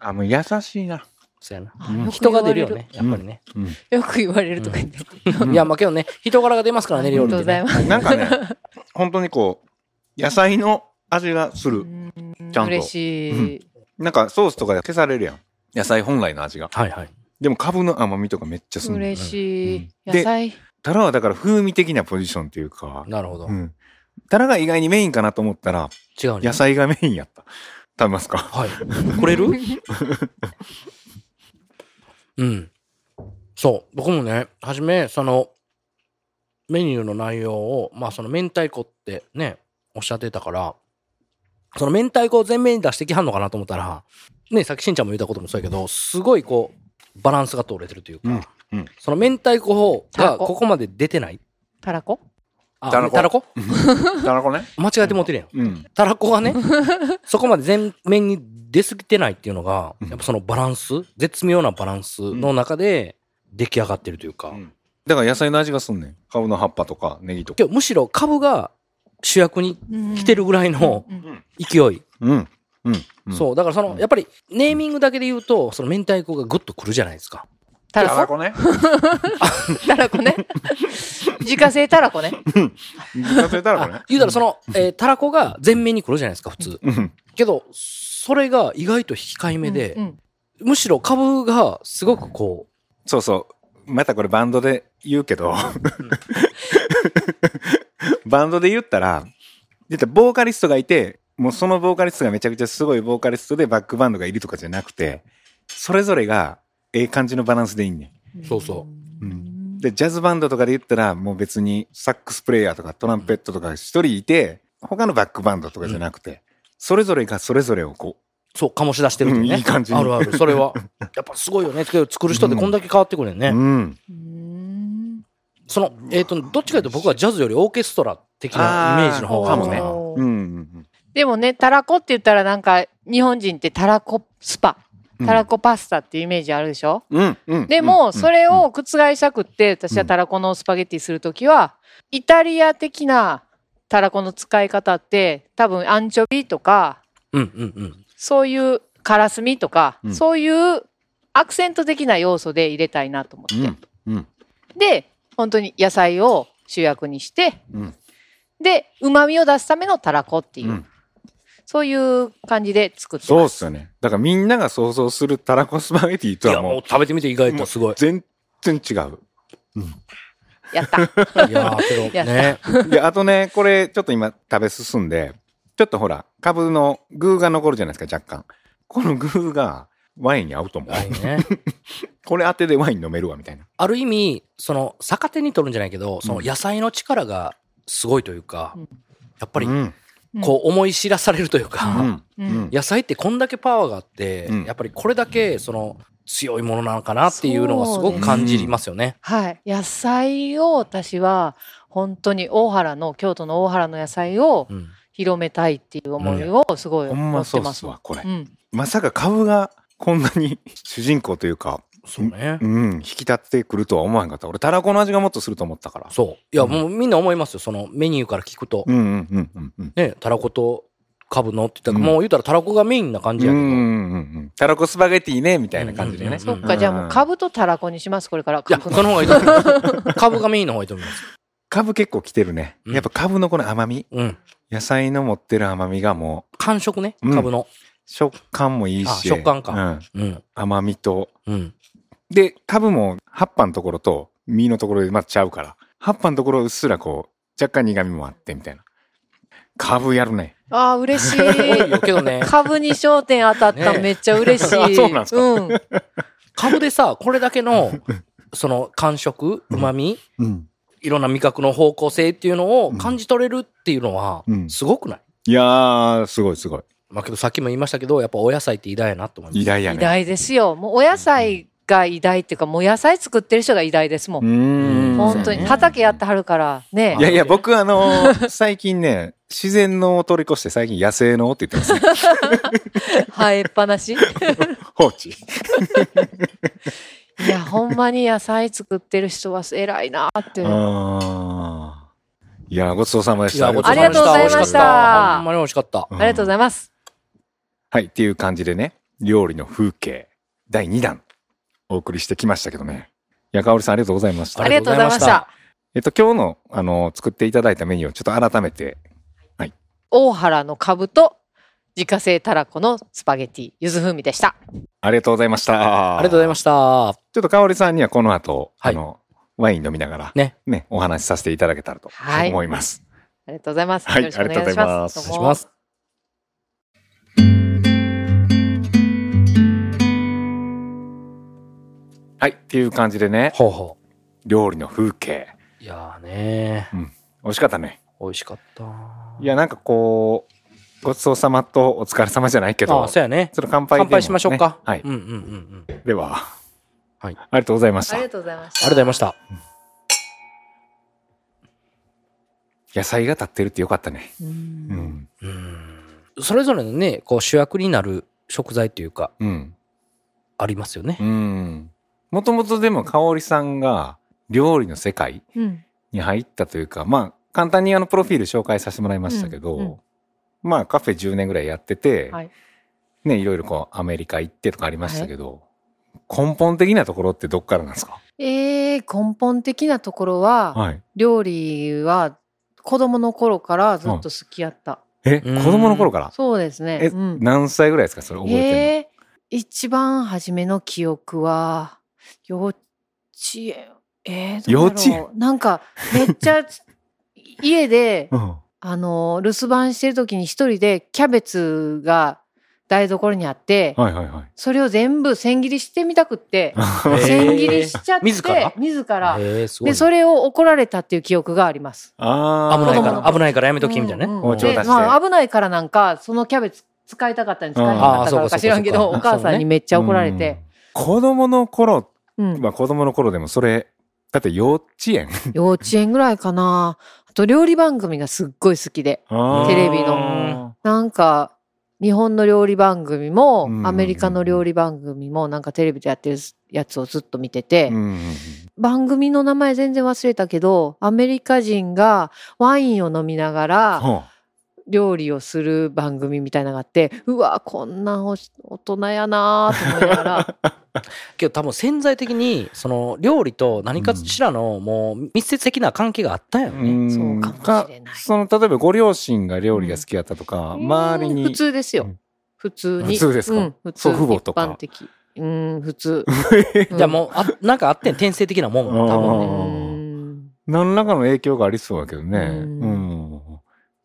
[SPEAKER 2] あ、もう優しいな。
[SPEAKER 3] そうやな。
[SPEAKER 4] あよく
[SPEAKER 3] 人が
[SPEAKER 4] 言わ
[SPEAKER 3] 出る
[SPEAKER 4] れ
[SPEAKER 3] よね、やっぱりね。
[SPEAKER 2] うん。
[SPEAKER 4] よく言われるとか言って。
[SPEAKER 2] うん
[SPEAKER 3] いや、まあけどね、人柄が出ますからね、
[SPEAKER 4] あり
[SPEAKER 3] 料
[SPEAKER 4] が
[SPEAKER 3] 理
[SPEAKER 4] とう
[SPEAKER 3] っ
[SPEAKER 4] ご
[SPEAKER 3] て
[SPEAKER 4] ざい
[SPEAKER 3] ね。
[SPEAKER 4] ます。
[SPEAKER 2] なんかね、本当にこう、野菜の味がす
[SPEAKER 4] う
[SPEAKER 2] る。
[SPEAKER 4] ん
[SPEAKER 2] ちゃんと
[SPEAKER 4] 嬉しい。
[SPEAKER 2] なんかソースとかで消されるやん。野菜本来の味が。
[SPEAKER 3] はいはい。
[SPEAKER 2] でもカブの甘みとかめっちゃする。
[SPEAKER 4] 嬉しい。
[SPEAKER 2] うん
[SPEAKER 4] 野菜。
[SPEAKER 2] タラはだから風味的なポジションっていうか、
[SPEAKER 3] なるほど
[SPEAKER 2] う。ん。タラが意外にメインかなと思ったら、
[SPEAKER 3] 違うね
[SPEAKER 2] 野。菜がメインやった。食べます か
[SPEAKER 3] はい。くれるうん。そう。僕もね、はじめ、その、メニューの内容を、まあ、その、明太子ってね、おっしゃってたから、その、明太子を前面に出してきはんのかなと思ったら、ね、さっきしんちゃんも言ったこともそうやけど、すごい、こう、バランスが取れてるというか、
[SPEAKER 2] うんうん
[SPEAKER 3] その、明太子
[SPEAKER 4] たら
[SPEAKER 3] が
[SPEAKER 4] こ
[SPEAKER 3] ここまで出てない。
[SPEAKER 4] たらこ
[SPEAKER 3] あ
[SPEAKER 2] たらこ
[SPEAKER 3] たらこ
[SPEAKER 2] タラコね。
[SPEAKER 3] 間違えて持ってるやん。
[SPEAKER 2] うん。
[SPEAKER 3] たらこがね、そこまで全面に出すぎてないっていうのが、
[SPEAKER 2] うん
[SPEAKER 3] やっぱそのバランス、絶妙なバランスの中で出来上がってるというか、
[SPEAKER 2] だから野菜の味がすんねん。カブの葉っぱとかネギとか。
[SPEAKER 3] 今日むしろ株が主役に来てるぐらいの
[SPEAKER 4] うん
[SPEAKER 3] 勢い。
[SPEAKER 2] うん。うん。うん
[SPEAKER 3] そう、だからその、やっぱりネーミングだけで言うと、その明太子がグッとくるじゃないですか。
[SPEAKER 4] たらこ
[SPEAKER 2] こね。
[SPEAKER 4] たらこね。 自家製たら こね。
[SPEAKER 2] 食べたらこね
[SPEAKER 3] あ。言うたらその、えーたらこが全面にくるじゃないですか、普通。
[SPEAKER 2] うん。
[SPEAKER 3] けど、それが意外と控えめで、
[SPEAKER 4] うんうん
[SPEAKER 3] むしろ株がすごくこう、
[SPEAKER 2] そうそう。またこれバンドで言うけど、バンドで言ったら、言ったらボーカリストがいて、もうそのボーカリストがめちゃくちゃすごいボーカリストでバックバンドがいるとかじゃなくて、それぞれがええ感じのバランスでいいね
[SPEAKER 3] そうそ
[SPEAKER 2] うんん。で、ジャズバンドとかで言ったら、もう別にサックスプレイヤーとかトランペットとか一人いて、他のバックバンドとかじゃなくて、それぞれがそれぞれをこ
[SPEAKER 3] そう、醸し出してるっていうね。
[SPEAKER 2] うんいい感じに
[SPEAKER 3] あるある。そ れは。やっぱすごいよね。けど作る人ってこんだけ変わってくるよね。
[SPEAKER 2] う、うん。
[SPEAKER 4] うん
[SPEAKER 3] その、えっ、と、どっちかというと僕はジャズよりオーケストラ的なイメージの方
[SPEAKER 2] か
[SPEAKER 3] が
[SPEAKER 2] もね。
[SPEAKER 4] あー
[SPEAKER 2] うんうん
[SPEAKER 4] でもね、たらこって言ったらなんか、日本人ってたらこスパ、
[SPEAKER 2] うん。
[SPEAKER 4] たらこパスタっていうイメージあるでしょ
[SPEAKER 2] うんうん。
[SPEAKER 4] で
[SPEAKER 2] うん
[SPEAKER 4] も、それ、を覆したくって、私はたらこのスパゲッティするときは、イタリア的なたらこの使い方って、多分アンチョビとか、
[SPEAKER 3] うんうんうん。
[SPEAKER 4] そういうカラスミとか、
[SPEAKER 2] うん
[SPEAKER 4] そういうアクセント的な要素で入れたいなと思って。
[SPEAKER 2] うんうん
[SPEAKER 4] で、本当に野菜を主役にして、
[SPEAKER 2] うん
[SPEAKER 4] で、旨味を出すためのたらこっていう、
[SPEAKER 2] うん
[SPEAKER 4] そういう感じで作って
[SPEAKER 2] そう
[SPEAKER 4] ま
[SPEAKER 2] っ
[SPEAKER 4] す。
[SPEAKER 2] すよねだからみんなが想像するたらこスパゲティと
[SPEAKER 3] い
[SPEAKER 2] は
[SPEAKER 3] や、も
[SPEAKER 2] も
[SPEAKER 3] う食べてみて意外とすごい。
[SPEAKER 2] う全然違う
[SPEAKER 4] やった。
[SPEAKER 3] いや ー、けど
[SPEAKER 4] や
[SPEAKER 3] ね。
[SPEAKER 2] であとねこれちょっと今食べ進んでちょっとほら株の具が残るじゃないですか若干この具がワインに合うと思う
[SPEAKER 3] はいね。
[SPEAKER 2] これ当てでワイン飲めるわみたいな
[SPEAKER 3] ある意味、その、逆手に取るんじゃないけど、その野菜の力がすごいというか、
[SPEAKER 4] うん
[SPEAKER 3] やっぱり
[SPEAKER 2] う、ん
[SPEAKER 3] こう思い知らされるという
[SPEAKER 2] う
[SPEAKER 3] か、
[SPEAKER 2] んう
[SPEAKER 4] うん
[SPEAKER 2] ん
[SPEAKER 3] 野菜ってこんだけパワーがあって、
[SPEAKER 2] うん
[SPEAKER 3] やっぱりこれだけ、その、強いものなのかなっていうのはすごく感じますよね。
[SPEAKER 4] はい。野菜を私は、本当に大原の、京都の大原の野菜を
[SPEAKER 3] うん
[SPEAKER 4] 広めたいっていう思いをすごい
[SPEAKER 2] ほん
[SPEAKER 4] 持
[SPEAKER 2] ま
[SPEAKER 4] っ
[SPEAKER 2] そ
[SPEAKER 4] て
[SPEAKER 2] うっ
[SPEAKER 4] ます
[SPEAKER 2] す。わこれ
[SPEAKER 4] うん。
[SPEAKER 2] まさか株がこんなに主人公というか
[SPEAKER 3] そうね。
[SPEAKER 2] うん引き立ってくるとは思わんかった俺たらこの味がもっとすると思ったから
[SPEAKER 3] そう。いや、
[SPEAKER 2] うん
[SPEAKER 3] もうみんな思いますよ。そのメニューから聞くと、
[SPEAKER 2] うんうんうんうんうん
[SPEAKER 3] ね、たらことカブのって言ったら、
[SPEAKER 2] うん
[SPEAKER 3] もう言うたらたらこがメインな感じや
[SPEAKER 2] う
[SPEAKER 3] けど、
[SPEAKER 2] んうんうんたらこスパゲティねみたいな感じでね
[SPEAKER 3] うん
[SPEAKER 4] そっか、じゃあもう株とたらこにします、これから。
[SPEAKER 3] いや、その方がいいと思います。 カブがメインの方がいいと思います。
[SPEAKER 2] 株結構きてるね
[SPEAKER 3] うん
[SPEAKER 2] やっぱ株のこの甘み
[SPEAKER 3] うん。
[SPEAKER 2] 野菜の持ってる甘みがもう
[SPEAKER 3] 感触ね、
[SPEAKER 2] うん
[SPEAKER 3] カブの。
[SPEAKER 2] 食感もいい
[SPEAKER 3] あ
[SPEAKER 2] し
[SPEAKER 3] 食感か
[SPEAKER 2] うん
[SPEAKER 3] うん。
[SPEAKER 2] 甘みと
[SPEAKER 3] うん。
[SPEAKER 2] で株も葉っぱのところと実のところでまずちゃうから葉っぱのところうっすらこう若干苦みもあってみたいな株やるね
[SPEAKER 4] ああ、嬉しい。
[SPEAKER 3] いやけどね、
[SPEAKER 4] 株に焦点当たった、
[SPEAKER 3] ね
[SPEAKER 4] めっちゃ嬉し
[SPEAKER 2] あ
[SPEAKER 4] い。
[SPEAKER 2] そうなんですか
[SPEAKER 4] うん。
[SPEAKER 3] カブでさ、これだけの、その感触、旨味、
[SPEAKER 2] うん
[SPEAKER 3] いろんな味覚の方向性っていうのを感じ取れるっていうのは
[SPEAKER 2] う、ん
[SPEAKER 3] すごくない、
[SPEAKER 2] いやーすごいすごい
[SPEAKER 3] まあけどさっきも言いましたけど、やっぱお野菜って偉大やなと思い
[SPEAKER 2] 偉
[SPEAKER 3] ます。
[SPEAKER 2] 大や
[SPEAKER 4] 偉
[SPEAKER 2] ね
[SPEAKER 4] 大ですよ。もうお野菜が偉大っていうか、もう野菜作ってる人が偉大ですも。
[SPEAKER 2] うんーん
[SPEAKER 4] 本当に。畑やってはるから、ね
[SPEAKER 2] い。やいや僕あのー 最近ね自然のを取り越して最近野生のって言ってますね
[SPEAKER 4] 生えっぱ なし。
[SPEAKER 2] 放置
[SPEAKER 4] いや、ほんまに野菜作ってる人は偉いなって。
[SPEAKER 2] あーいやごちそうさまでした
[SPEAKER 3] ごち
[SPEAKER 4] ありがとうございま
[SPEAKER 3] 美
[SPEAKER 4] した
[SPEAKER 3] 味かっほんまに美味しかった。
[SPEAKER 2] う
[SPEAKER 4] あ
[SPEAKER 2] ん
[SPEAKER 4] りがとうございます。
[SPEAKER 2] はい、っていう感じでね、料理の風景第2弾お送りしてきましたけどね。やかおりさんありがとうございまし
[SPEAKER 3] あ
[SPEAKER 2] た
[SPEAKER 4] あ
[SPEAKER 3] り
[SPEAKER 4] り
[SPEAKER 3] が
[SPEAKER 4] が
[SPEAKER 3] と
[SPEAKER 4] と
[SPEAKER 3] う
[SPEAKER 4] う
[SPEAKER 3] ござ
[SPEAKER 4] ござ
[SPEAKER 3] い
[SPEAKER 4] い
[SPEAKER 3] ま
[SPEAKER 4] ま
[SPEAKER 3] した
[SPEAKER 4] した。
[SPEAKER 2] えっと、今日の、あの、作っていただいたメニューをちょっと改めて、
[SPEAKER 4] 大原の株と自家製たらこのスパゲティ、ゆず風味でした。
[SPEAKER 2] ありがとうございました。
[SPEAKER 3] ありがとうございま
[SPEAKER 2] し
[SPEAKER 3] し
[SPEAKER 2] た。
[SPEAKER 3] た。
[SPEAKER 2] ちょっとかおりさんにはこの後、
[SPEAKER 3] はい
[SPEAKER 2] あの、ワイン飲みながら、
[SPEAKER 3] ね
[SPEAKER 2] ね、お話しさせていただけたらと
[SPEAKER 4] はい
[SPEAKER 2] 思います。
[SPEAKER 4] ありがとうございます。
[SPEAKER 2] は
[SPEAKER 4] よ
[SPEAKER 2] い
[SPEAKER 4] ろしくお願いします。
[SPEAKER 2] ありがとうございます
[SPEAKER 4] どうも
[SPEAKER 3] します。
[SPEAKER 2] はい、っていう感じでね、
[SPEAKER 3] ほうほ
[SPEAKER 2] 料理の風景、
[SPEAKER 3] う。いやーね
[SPEAKER 2] 美味しかったね。
[SPEAKER 3] ー、美味しかった。
[SPEAKER 2] いや、なんかこう、ごちそうさまとお疲れ様じゃないけ
[SPEAKER 3] あ
[SPEAKER 2] ど、
[SPEAKER 3] あ、そうやね。
[SPEAKER 2] その乾杯でも
[SPEAKER 3] 乾
[SPEAKER 2] ね
[SPEAKER 3] 杯しましょうか。
[SPEAKER 2] はい
[SPEAKER 3] うんうんうんうん。あり
[SPEAKER 2] では、
[SPEAKER 3] はい
[SPEAKER 2] ありがとうございました
[SPEAKER 4] あり。がとうございました。
[SPEAKER 3] がとうございました。
[SPEAKER 2] 野菜が立ってるってよかったね。
[SPEAKER 4] うん
[SPEAKER 2] うん。
[SPEAKER 3] うん。それぞれのね、こう主役になる食材というか、
[SPEAKER 2] うん。
[SPEAKER 3] ありますよね
[SPEAKER 2] う。ん。もともとでも、香織さんが料理の世界
[SPEAKER 4] うん。
[SPEAKER 2] に入ったというか、まあ、簡単にあの、プロフィール紹介させてもらいましたけど、
[SPEAKER 4] うんうん
[SPEAKER 2] まあ、カフェ10年ぐらいやってて、
[SPEAKER 4] はい
[SPEAKER 2] ね、いろいろこう、アメリカ行ってとかありましたけど、根本的なところってどっからなんですか
[SPEAKER 4] えー、根本的なところは、
[SPEAKER 2] はい。
[SPEAKER 4] 料理は子供の頃からずっと好きやった。
[SPEAKER 2] え、
[SPEAKER 3] う
[SPEAKER 2] 子
[SPEAKER 3] ん
[SPEAKER 2] 供の頃から
[SPEAKER 4] そうですね。
[SPEAKER 2] え、
[SPEAKER 4] うん、
[SPEAKER 2] 何歳ぐらいですかそれ覚えてるの、
[SPEAKER 4] えー一番初めの記憶は、幼稚園。えー、どうだろう
[SPEAKER 2] 幼稚
[SPEAKER 4] なんか、めっちゃ、家で、
[SPEAKER 2] うん。
[SPEAKER 4] あの、留守番してる時に一人でキャベツが台所にあって、
[SPEAKER 2] はいはいはい。
[SPEAKER 4] それを全部千切りしてみたくって、
[SPEAKER 3] へー
[SPEAKER 4] 千切りしちゃって、
[SPEAKER 3] 自ら
[SPEAKER 4] 自ら
[SPEAKER 3] えー、すごい
[SPEAKER 4] で、
[SPEAKER 3] ね。
[SPEAKER 4] それを怒られたっていう記憶があります。
[SPEAKER 2] あ
[SPEAKER 3] 危
[SPEAKER 2] ー
[SPEAKER 3] ない
[SPEAKER 4] 子供
[SPEAKER 3] か
[SPEAKER 4] の
[SPEAKER 3] ら、危ないからやめときみたいな
[SPEAKER 4] うんう
[SPEAKER 3] ね。
[SPEAKER 4] んうん
[SPEAKER 2] 包丁出して
[SPEAKER 4] でまあ、危ないからなんか、そのキャベツ使いたかったに使えなかったからか知らんけど、
[SPEAKER 3] うんあ
[SPEAKER 4] お
[SPEAKER 3] ーそうかそうかそうか
[SPEAKER 4] 母さんにめっちゃ怒られ
[SPEAKER 2] うん
[SPEAKER 4] て。。
[SPEAKER 2] 子供の頃
[SPEAKER 4] うん
[SPEAKER 2] まあ子供の頃でもそれ、だって幼稚園
[SPEAKER 4] 幼稚園ぐらいかな。あと料理番組がすっごい好きで。テレビ
[SPEAKER 3] の。
[SPEAKER 4] なんか、日本の料理番組も
[SPEAKER 2] う、ん
[SPEAKER 4] アメリカの料理番組も、なんかテレビでやってるやつをずっと見てて
[SPEAKER 2] うん、うん
[SPEAKER 4] 番組の名前全然忘れたけど、アメリカ人がワインを飲みながら、
[SPEAKER 2] ほ
[SPEAKER 4] 料理をする番組みたいなのがあってうわこんなんおし大人やなーと思いながら
[SPEAKER 3] けど多分潜在的に、その料理と何かしらのもう密接的な関係があったんや
[SPEAKER 2] う
[SPEAKER 3] ろね。
[SPEAKER 2] ん
[SPEAKER 4] そうかもしれない
[SPEAKER 2] その例えばご両親が料理が好きだったとか、 周りに
[SPEAKER 4] 普通です
[SPEAKER 2] う
[SPEAKER 4] よ
[SPEAKER 2] ん。
[SPEAKER 4] 普通に。
[SPEAKER 2] 普通ですか
[SPEAKER 4] うん普通。
[SPEAKER 2] 祖父母とか
[SPEAKER 4] 一般的。うん、普通。
[SPEAKER 3] じゃあもう、あなんかあってん、転生的なもんも多分ね。
[SPEAKER 4] うん。
[SPEAKER 2] 何らかの影響がありそうだけどね。う
[SPEAKER 4] うんん。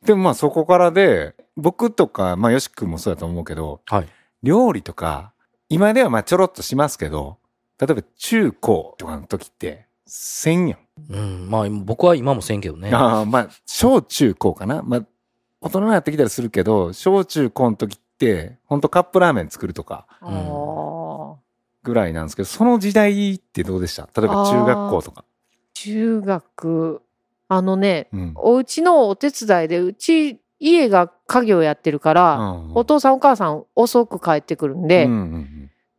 [SPEAKER 2] でもまあそこからで、僕とか、まあよし君もそうだと思うけど、
[SPEAKER 3] はい。
[SPEAKER 2] 料理とか、今ではまあちょろっとしますけど、例えば中高とかの時って、せんやん。
[SPEAKER 3] うん。まあ僕は今もせんけどね。
[SPEAKER 2] ああ、まあ、小中高かな。まあ、大人になってきたりするけど、小中高の時って、ほんとカップラーメン作るとか
[SPEAKER 4] ああ。
[SPEAKER 2] ぐらいなんですけど、その時代ってどうでした例えば中学校とか。
[SPEAKER 4] 中学。あのね、
[SPEAKER 2] うん。
[SPEAKER 4] お家のお手伝いで、うち、家が家業やってるから、お
[SPEAKER 2] お
[SPEAKER 4] 父さんお母さん遅く帰ってくるん
[SPEAKER 2] で
[SPEAKER 4] で、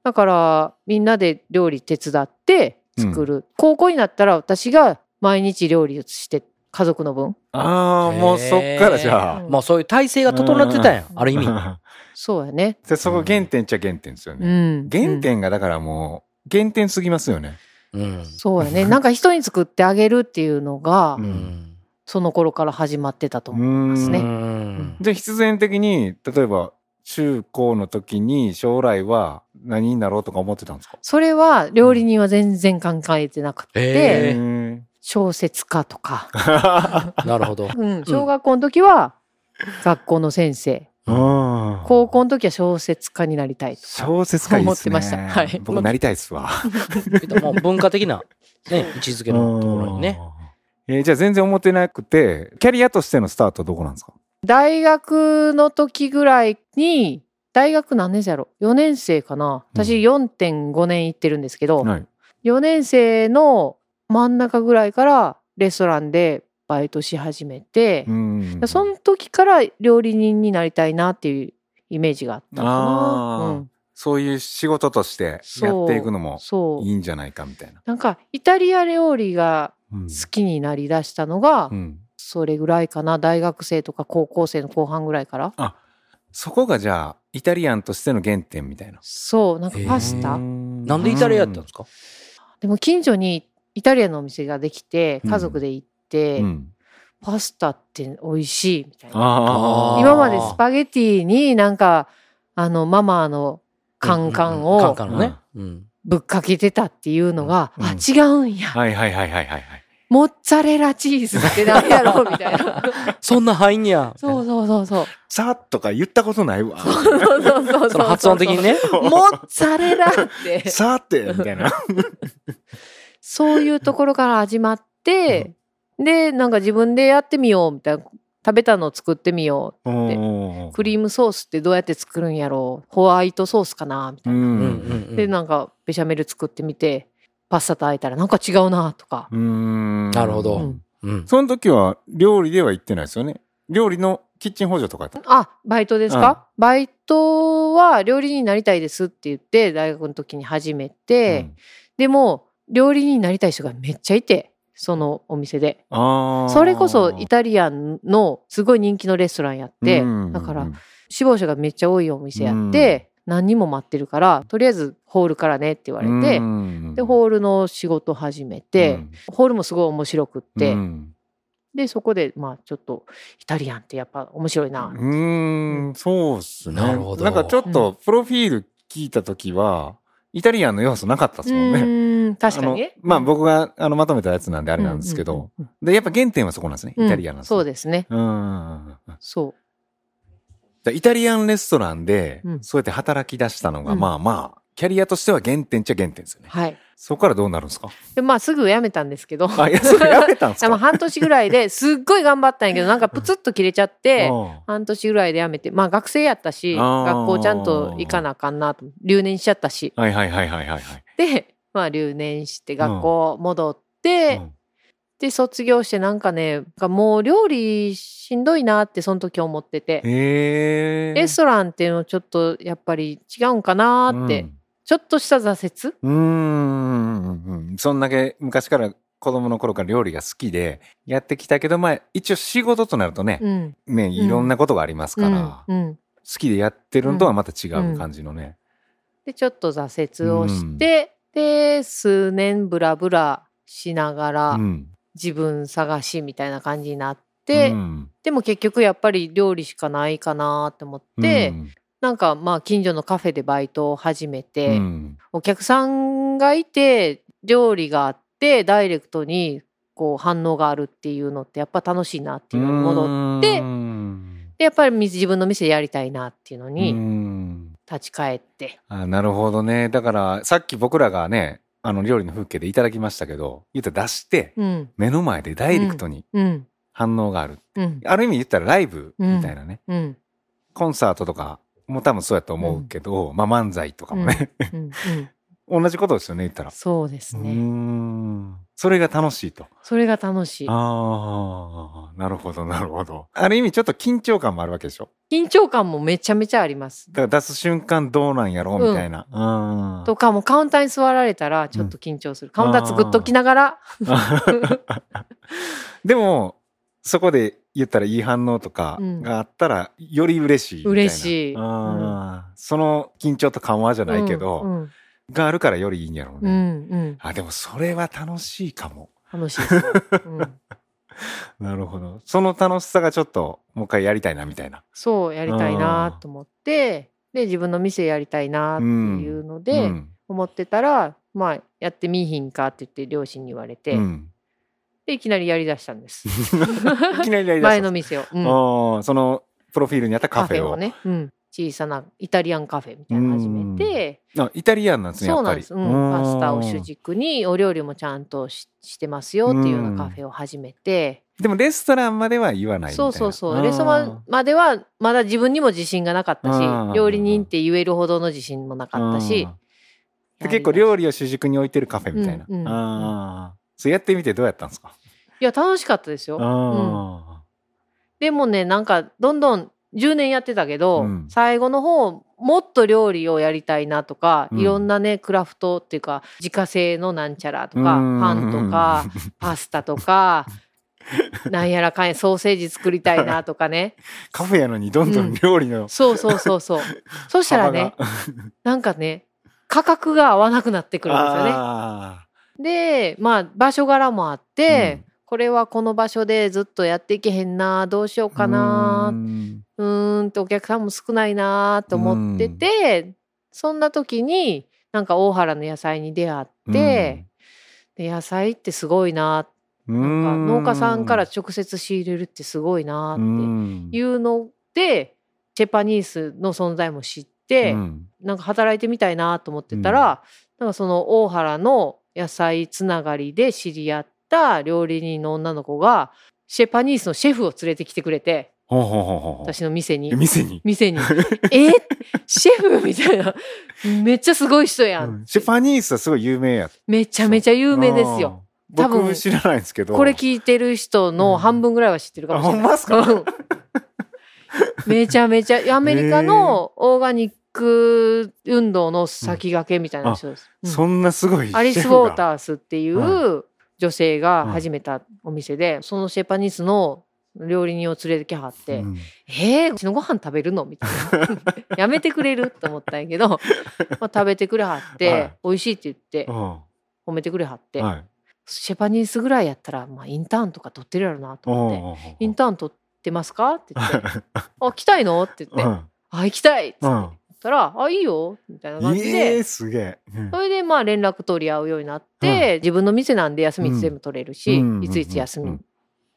[SPEAKER 4] だからみんなで料理手伝って作る、高校になったら私が毎日料理をして家族の分
[SPEAKER 2] ああ、もうそっからじゃあ。
[SPEAKER 3] もうそういう体制が整ってたんや。
[SPEAKER 4] うん
[SPEAKER 3] ある意味。
[SPEAKER 4] そうやね
[SPEAKER 2] でそこ原点っちゃ原点ですよ
[SPEAKER 4] う
[SPEAKER 2] ね。
[SPEAKER 4] ん
[SPEAKER 2] 原
[SPEAKER 4] うん
[SPEAKER 2] 点がだからもう、原点すぎますよね。
[SPEAKER 3] うん。
[SPEAKER 4] そうやねなんか人に作ってあげるっていうのが、
[SPEAKER 2] う
[SPEAKER 3] うんん。
[SPEAKER 4] その頃から始まってたと
[SPEAKER 2] う
[SPEAKER 4] 思う、
[SPEAKER 2] ーん
[SPEAKER 4] ね
[SPEAKER 3] うん
[SPEAKER 2] で、必然的に、例えば、中高の時に将来は何になろうとか思ってたんですか
[SPEAKER 4] それは料理人は全然考えてなく
[SPEAKER 3] へ
[SPEAKER 4] て、
[SPEAKER 3] え
[SPEAKER 2] ー
[SPEAKER 4] 小説家とか、
[SPEAKER 3] なるほど。
[SPEAKER 4] うん、小学校の時は学校の先生、
[SPEAKER 2] うん
[SPEAKER 4] 高校の時は小説家になりたいと
[SPEAKER 2] 小説家いいっすね。
[SPEAKER 4] 思ってましたはい
[SPEAKER 2] 僕なりたいっすわ。
[SPEAKER 3] もう文化的な、ね、位置づけのところにね。
[SPEAKER 2] うん。えーじゃあ全然思ってなくて、キャリアとしてのスタートはどこなんですか
[SPEAKER 4] 大学の時ぐらいに大学何年生やろ4年生かな
[SPEAKER 2] うん
[SPEAKER 4] 私4.5年行ってるんですけど、
[SPEAKER 2] はい。
[SPEAKER 4] 4年生の真ん中ぐらいからレストランでバイトし始めて
[SPEAKER 2] う、ん。
[SPEAKER 4] その時から料理人になりたいなっていうイメージがあったか
[SPEAKER 2] あー
[SPEAKER 4] な、うん、
[SPEAKER 2] そういう仕事としてや
[SPEAKER 4] そう
[SPEAKER 2] っていくのも
[SPEAKER 4] そう
[SPEAKER 2] いいんじゃないかみたいな。
[SPEAKER 4] なんかイタリア料理が
[SPEAKER 2] うん
[SPEAKER 4] 好きになりだしたのが
[SPEAKER 2] うん
[SPEAKER 4] それぐらいかな大学生とか高校生の後半ぐらいから
[SPEAKER 2] そこがじゃあ、イタリアンとしての原点みたいな。
[SPEAKER 4] そうなんかパスタ、
[SPEAKER 2] な
[SPEAKER 3] なんでイタリアやったんですか
[SPEAKER 4] でも近所にイタリアのお店ができて
[SPEAKER 2] うん
[SPEAKER 4] 家族で行って、
[SPEAKER 2] うん
[SPEAKER 4] パスタって美味しいみたいな
[SPEAKER 2] あ
[SPEAKER 3] ー
[SPEAKER 2] あ。
[SPEAKER 4] 今までスパゲティになんかあのママのカンカ
[SPEAKER 3] う
[SPEAKER 4] ン
[SPEAKER 3] んカン
[SPEAKER 4] を
[SPEAKER 3] カンのね。うん。
[SPEAKER 4] ぶっかけてたっていうのが、
[SPEAKER 2] うん
[SPEAKER 4] あ違うんや、
[SPEAKER 2] はいはいはいはいはいはい。
[SPEAKER 4] モッツァレラチーズって何やろみたいな
[SPEAKER 3] そんな範囲にや。
[SPEAKER 4] そうそうそうそう
[SPEAKER 2] さーとか言ったことないわ。
[SPEAKER 4] そうそうそうそ う
[SPEAKER 3] その発音的にね。
[SPEAKER 4] モッツァレラって
[SPEAKER 2] さーってみたいな。
[SPEAKER 4] そういうところから始まって、でなんか自分でやってみようみたいな食べたのを作ってみようクリ
[SPEAKER 2] ー
[SPEAKER 4] ームソースってどうやって作るんやろうホワイトソースかなみたいな、
[SPEAKER 3] うんうん
[SPEAKER 2] ム。
[SPEAKER 3] うん
[SPEAKER 4] でなんかベシャメル作ってみてパスタとあえたらなんか違うなとか、
[SPEAKER 2] うん。
[SPEAKER 3] なるほど
[SPEAKER 4] う
[SPEAKER 2] うん
[SPEAKER 4] ん
[SPEAKER 3] うん。
[SPEAKER 2] その時は料理では行ってないですよね。料理のキッチン補助とかやった
[SPEAKER 4] あバイトですか、バイトは料理人になりたいですって言って大学の時に始めて、
[SPEAKER 2] うん
[SPEAKER 4] でも料理人になりたい人がめっちゃいてそのお店で
[SPEAKER 2] あー
[SPEAKER 4] それこそイタリアンのすごい人気のレストランやって、
[SPEAKER 2] うん
[SPEAKER 4] だか
[SPEAKER 2] う
[SPEAKER 4] ら
[SPEAKER 2] ん
[SPEAKER 4] 死亡者がめっちゃ多いお店やって、何人も待ってるからとりあえずホールからねって言われて、
[SPEAKER 2] うん
[SPEAKER 4] でホールの仕事始めて、
[SPEAKER 2] うん
[SPEAKER 4] ホールもすごい面白くって、
[SPEAKER 2] うん
[SPEAKER 4] でそこでまあちょっとイタリアンってやっぱ面白いな、
[SPEAKER 2] うーん、そうっすね。
[SPEAKER 3] なるほど
[SPEAKER 2] なんかちょっと、プロフィール聞いた時は、イタリアンの要素なかったですもん
[SPEAKER 4] う
[SPEAKER 2] ね。
[SPEAKER 4] ーん確かにね
[SPEAKER 2] あのまあ僕があのまとめたやつなんであれなんですけど。、
[SPEAKER 4] うんうん
[SPEAKER 2] で、やっぱ原点はそこなんですね。
[SPEAKER 4] うん
[SPEAKER 2] イタリアンなんです、ね
[SPEAKER 4] そうですね
[SPEAKER 2] うんうんうんうん。
[SPEAKER 4] そ
[SPEAKER 2] だイタリアンレストランで
[SPEAKER 4] う、ん
[SPEAKER 2] そうやって働き出したのが、
[SPEAKER 4] うん
[SPEAKER 2] まあまあ、キャリアとしては原点っちゃ原点ですよ
[SPEAKER 4] う
[SPEAKER 2] ね。
[SPEAKER 4] はい
[SPEAKER 2] そこからどうなるん ですか
[SPEAKER 4] でまあすぐ辞めたんですけど
[SPEAKER 2] あ、いや、それやめたんです
[SPEAKER 4] で
[SPEAKER 2] か
[SPEAKER 4] も半年ぐらいですっごい頑張ったんやけどなんかプツッと切れちゃって、
[SPEAKER 2] うん
[SPEAKER 4] 半年ぐらいで辞めてまあ学生やったし
[SPEAKER 2] あー
[SPEAKER 4] 学校ちゃんと行かなあかんなと留年しちゃったし
[SPEAKER 2] はいはいはいはいはいはい。
[SPEAKER 4] でまあ留年して学校戻って、
[SPEAKER 2] うん
[SPEAKER 4] で卒業してなんかねもう料理しんどいなってその時思ってて
[SPEAKER 2] へえ。
[SPEAKER 4] レストランっていうのちょっとやっぱり違うんかなーって、ちょっとした挫折
[SPEAKER 2] うん。うんうんうんうん。そんだけ昔から子供の頃から料理が好きでやってきたけど、まあ一応仕事となるとね、
[SPEAKER 4] うん
[SPEAKER 2] ね、いろんなことがありますから、
[SPEAKER 4] うんうん
[SPEAKER 2] 好きでやってるのとはまた違う感じのね。
[SPEAKER 4] でちょっと挫折をして、で数年ブラブラしながら、
[SPEAKER 2] うん
[SPEAKER 4] 自分探しみたいな感じになって、
[SPEAKER 2] うん
[SPEAKER 4] でも結局やっぱり料理しかないかなって思って、
[SPEAKER 2] うん
[SPEAKER 4] なんかまあ近所のカフェでバイトを始めて、
[SPEAKER 2] うん
[SPEAKER 4] お客さんがいて料理があってダイレクトにこう反応があるっていうのってやっぱ楽しいなっていうのに戻ってって
[SPEAKER 2] うん
[SPEAKER 4] やっぱりみ自分の店でやりたいなっていうの
[SPEAKER 2] う
[SPEAKER 4] に
[SPEAKER 2] ん
[SPEAKER 4] 立ち返って、
[SPEAKER 2] あなるほどねだからさっき僕らがねあの料理の風景でいただきましたけど言うたら出して
[SPEAKER 4] うん
[SPEAKER 2] 目の前でダイレクトに
[SPEAKER 4] うん
[SPEAKER 2] 反応がある、
[SPEAKER 4] うん
[SPEAKER 2] ある意味言ったらライブみたいなね、
[SPEAKER 4] うん
[SPEAKER 2] コンサートとかも多分そうやと思うけど、まあ漫才とかもね、
[SPEAKER 4] うん うん、
[SPEAKER 2] 同じことですよね言ったら。
[SPEAKER 4] そうです
[SPEAKER 2] う
[SPEAKER 4] ね、
[SPEAKER 2] ーんそれが楽しいと。
[SPEAKER 4] それが楽しい
[SPEAKER 2] ああ、なるほど、なるほど。ある意味ちょっと緊張感もあるわけでしょ
[SPEAKER 4] 緊張感もめちゃめちゃあります
[SPEAKER 2] だから出す瞬間どうなんやろうみたいな。うん。
[SPEAKER 4] とかもうカウンターに座られたらちょっと緊張する、カウンター作っときながら
[SPEAKER 2] でも、そこで言ったらいい反応とか
[SPEAKER 4] うん
[SPEAKER 2] があったら、より嬉しいみたいな。
[SPEAKER 4] 嬉しい
[SPEAKER 2] あーその緊張と緩和じゃないけど、
[SPEAKER 4] うん
[SPEAKER 2] があるからよりいいんやろう
[SPEAKER 4] う
[SPEAKER 2] ね。
[SPEAKER 4] ん、うん
[SPEAKER 2] あ、でもそれは楽しいかも。
[SPEAKER 4] うん、楽しいです、うん、
[SPEAKER 2] なるほど。その楽しさがちょっと、もう一回やりたいなみたいな。
[SPEAKER 4] そうやりたいなと思ってで自分の店やりたいなっていうの
[SPEAKER 2] う
[SPEAKER 4] で、
[SPEAKER 2] ん
[SPEAKER 4] 思ってたらまあやってみいひんかって言って両親に言われて、
[SPEAKER 2] うん、
[SPEAKER 4] でいきなりやりだしたんです
[SPEAKER 2] いきな りやりだし
[SPEAKER 4] 前
[SPEAKER 2] た
[SPEAKER 4] の店を、うん
[SPEAKER 2] ああ、そのプロフィールにあったカフェを。
[SPEAKER 4] ね、うん、小さなイタリアンカフェみたいなの始めて
[SPEAKER 2] あイタリアンなんですね、や
[SPEAKER 4] そう
[SPEAKER 2] っ
[SPEAKER 4] な
[SPEAKER 2] ぱ
[SPEAKER 4] んで
[SPEAKER 2] り。
[SPEAKER 4] す、うん、パスタを主
[SPEAKER 2] 主人
[SPEAKER 4] 軸にお料理もちゃんとししてますよっていうようなカフェを始めて、
[SPEAKER 2] でもレストランまでは言わないみたい
[SPEAKER 4] そ
[SPEAKER 2] な。
[SPEAKER 4] うそうそうレストランまではまだ自分にも自信がなかった
[SPEAKER 2] うん
[SPEAKER 4] し料理人って言えるほどの自信もなかったし
[SPEAKER 2] あー。で結構料理を主軸に置いてるカフェみたいな。
[SPEAKER 4] うんうん
[SPEAKER 2] ああ。それやってみてどうやったんですか
[SPEAKER 4] いや楽しかったですよ
[SPEAKER 2] あ
[SPEAKER 4] でもねなんかどんどん10年やってたけど、
[SPEAKER 2] うん
[SPEAKER 4] 最後の方もっと料理をやりたいなとか、
[SPEAKER 2] うん
[SPEAKER 4] いろんなねクラフトっていうか自家製のなんちゃらとか
[SPEAKER 2] うん
[SPEAKER 4] パン とかパスタとかなんやらかんやソーセージ作りたいなとかね
[SPEAKER 2] ーカフェやのにどんどん料理の
[SPEAKER 4] そうそうそ うそうそしたら
[SPEAKER 2] 幅が。
[SPEAKER 4] ねなんかね価格が合わなくなってくるんですよね。
[SPEAKER 2] あ
[SPEAKER 4] でまあ場所柄もあって、
[SPEAKER 2] うん
[SPEAKER 4] これはこの場所でずっとやっていけへんなどうしよう
[SPEAKER 2] ー
[SPEAKER 4] かな
[SPEAKER 2] うーん
[SPEAKER 4] うーんとお客さんも少ないなと思ってて、そんな時になんか大原の野菜に出会って、で野菜ってすごいな
[SPEAKER 2] う
[SPEAKER 4] なんか
[SPEAKER 2] ん
[SPEAKER 4] 農家さんから直接仕入れるってすごいなっ
[SPEAKER 2] って
[SPEAKER 4] いうのでチェパニースの存在も知って、なんか働いてみたいなと思ってたら、なんかその大原の野菜つながりで知り合った料理人の女の子がシェパニースのシェフを連れてきてくれて
[SPEAKER 2] ほうほうほうほうほう
[SPEAKER 4] 私の店に
[SPEAKER 2] え。店に
[SPEAKER 4] 店に「えシェフ?」みたいなめっちゃすごい人やん、
[SPEAKER 2] うんシェパニースはすごい有名や
[SPEAKER 4] めちゃめちゃ有名ですよ。
[SPEAKER 2] うん。
[SPEAKER 4] 多分
[SPEAKER 2] 僕知らないんですけど。
[SPEAKER 4] これ聞いてる人の半分ぐらいは知ってるかもしれない、
[SPEAKER 2] あほんまっすか
[SPEAKER 4] うんめちゃめちゃアメリカのオーガニック運動の先駆けみたいな人です、うん
[SPEAKER 2] そんなすごいシェフが。
[SPEAKER 4] アリス・ウォータースってい
[SPEAKER 2] は
[SPEAKER 4] う女性が始めたお店で、そのシェパニスの料理人を連れてきはって「
[SPEAKER 2] うん
[SPEAKER 4] えー、うちのご飯食べるの?」みたいな「やめてくれる?」と思ったんや けど、まあ、食べてくれはって、
[SPEAKER 2] はい
[SPEAKER 4] 美味しいって言って
[SPEAKER 2] うん
[SPEAKER 4] 褒めてくれはって、
[SPEAKER 2] はい。
[SPEAKER 4] シェパニスぐらいやったら、まあ、インターンとか取ってるやろなと思って「イン
[SPEAKER 2] タ
[SPEAKER 4] ターン取ってますか?」って言って 「あ来たいの?」って言って「あ行きたい」って
[SPEAKER 2] う
[SPEAKER 4] 言っ
[SPEAKER 2] ん。
[SPEAKER 4] たら「あいいよ」みたいな
[SPEAKER 2] う
[SPEAKER 4] 感
[SPEAKER 2] ん。
[SPEAKER 4] じで。
[SPEAKER 2] ええ、すげえ。うん
[SPEAKER 4] それでまあ連絡取り合うようになって、自分の店なんで休み全部取れるし、
[SPEAKER 2] うん
[SPEAKER 4] いついつ休み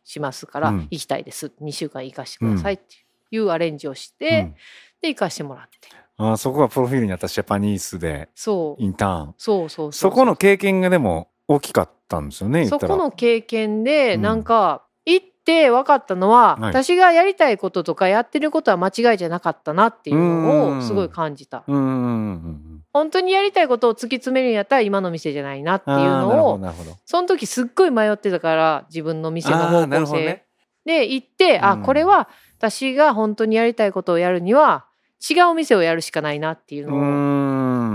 [SPEAKER 4] しますから、
[SPEAKER 2] うん
[SPEAKER 4] 行きたいです2週間行かしてくださいっていうアレンジをして、
[SPEAKER 2] うん
[SPEAKER 4] で行かしてもらって
[SPEAKER 2] あーそこがプロフィールにあったシェパニースで、
[SPEAKER 4] そう
[SPEAKER 2] インターン。
[SPEAKER 4] そうそう
[SPEAKER 2] そこの経験がでも大きかったんですよね、言
[SPEAKER 4] そ
[SPEAKER 2] った
[SPEAKER 4] こ
[SPEAKER 2] ら。
[SPEAKER 4] の経験で
[SPEAKER 2] うん
[SPEAKER 4] なんか行って分かったの
[SPEAKER 2] は
[SPEAKER 4] は、
[SPEAKER 2] い
[SPEAKER 4] 私がやりたいこととかやってることは間違いじゃなかったなっていうのをすごい感じた。
[SPEAKER 2] うんうんうん。
[SPEAKER 4] 本当にやりたいことを突き詰めるんやったら今の店じゃないなっていう
[SPEAKER 2] あーなる
[SPEAKER 4] の
[SPEAKER 2] ほど、
[SPEAKER 4] を
[SPEAKER 2] なるほど。
[SPEAKER 4] その時すっごい迷ってたから自分の店の
[SPEAKER 2] あー
[SPEAKER 4] 方
[SPEAKER 2] なる
[SPEAKER 4] 向
[SPEAKER 2] ほど
[SPEAKER 4] 性、
[SPEAKER 2] ね。
[SPEAKER 4] で行って、
[SPEAKER 2] う
[SPEAKER 4] あ
[SPEAKER 2] ん
[SPEAKER 4] これは私が本当にやりたいことをやるには違う店をやるしかないなっていう
[SPEAKER 2] う
[SPEAKER 4] のを、
[SPEAKER 2] ー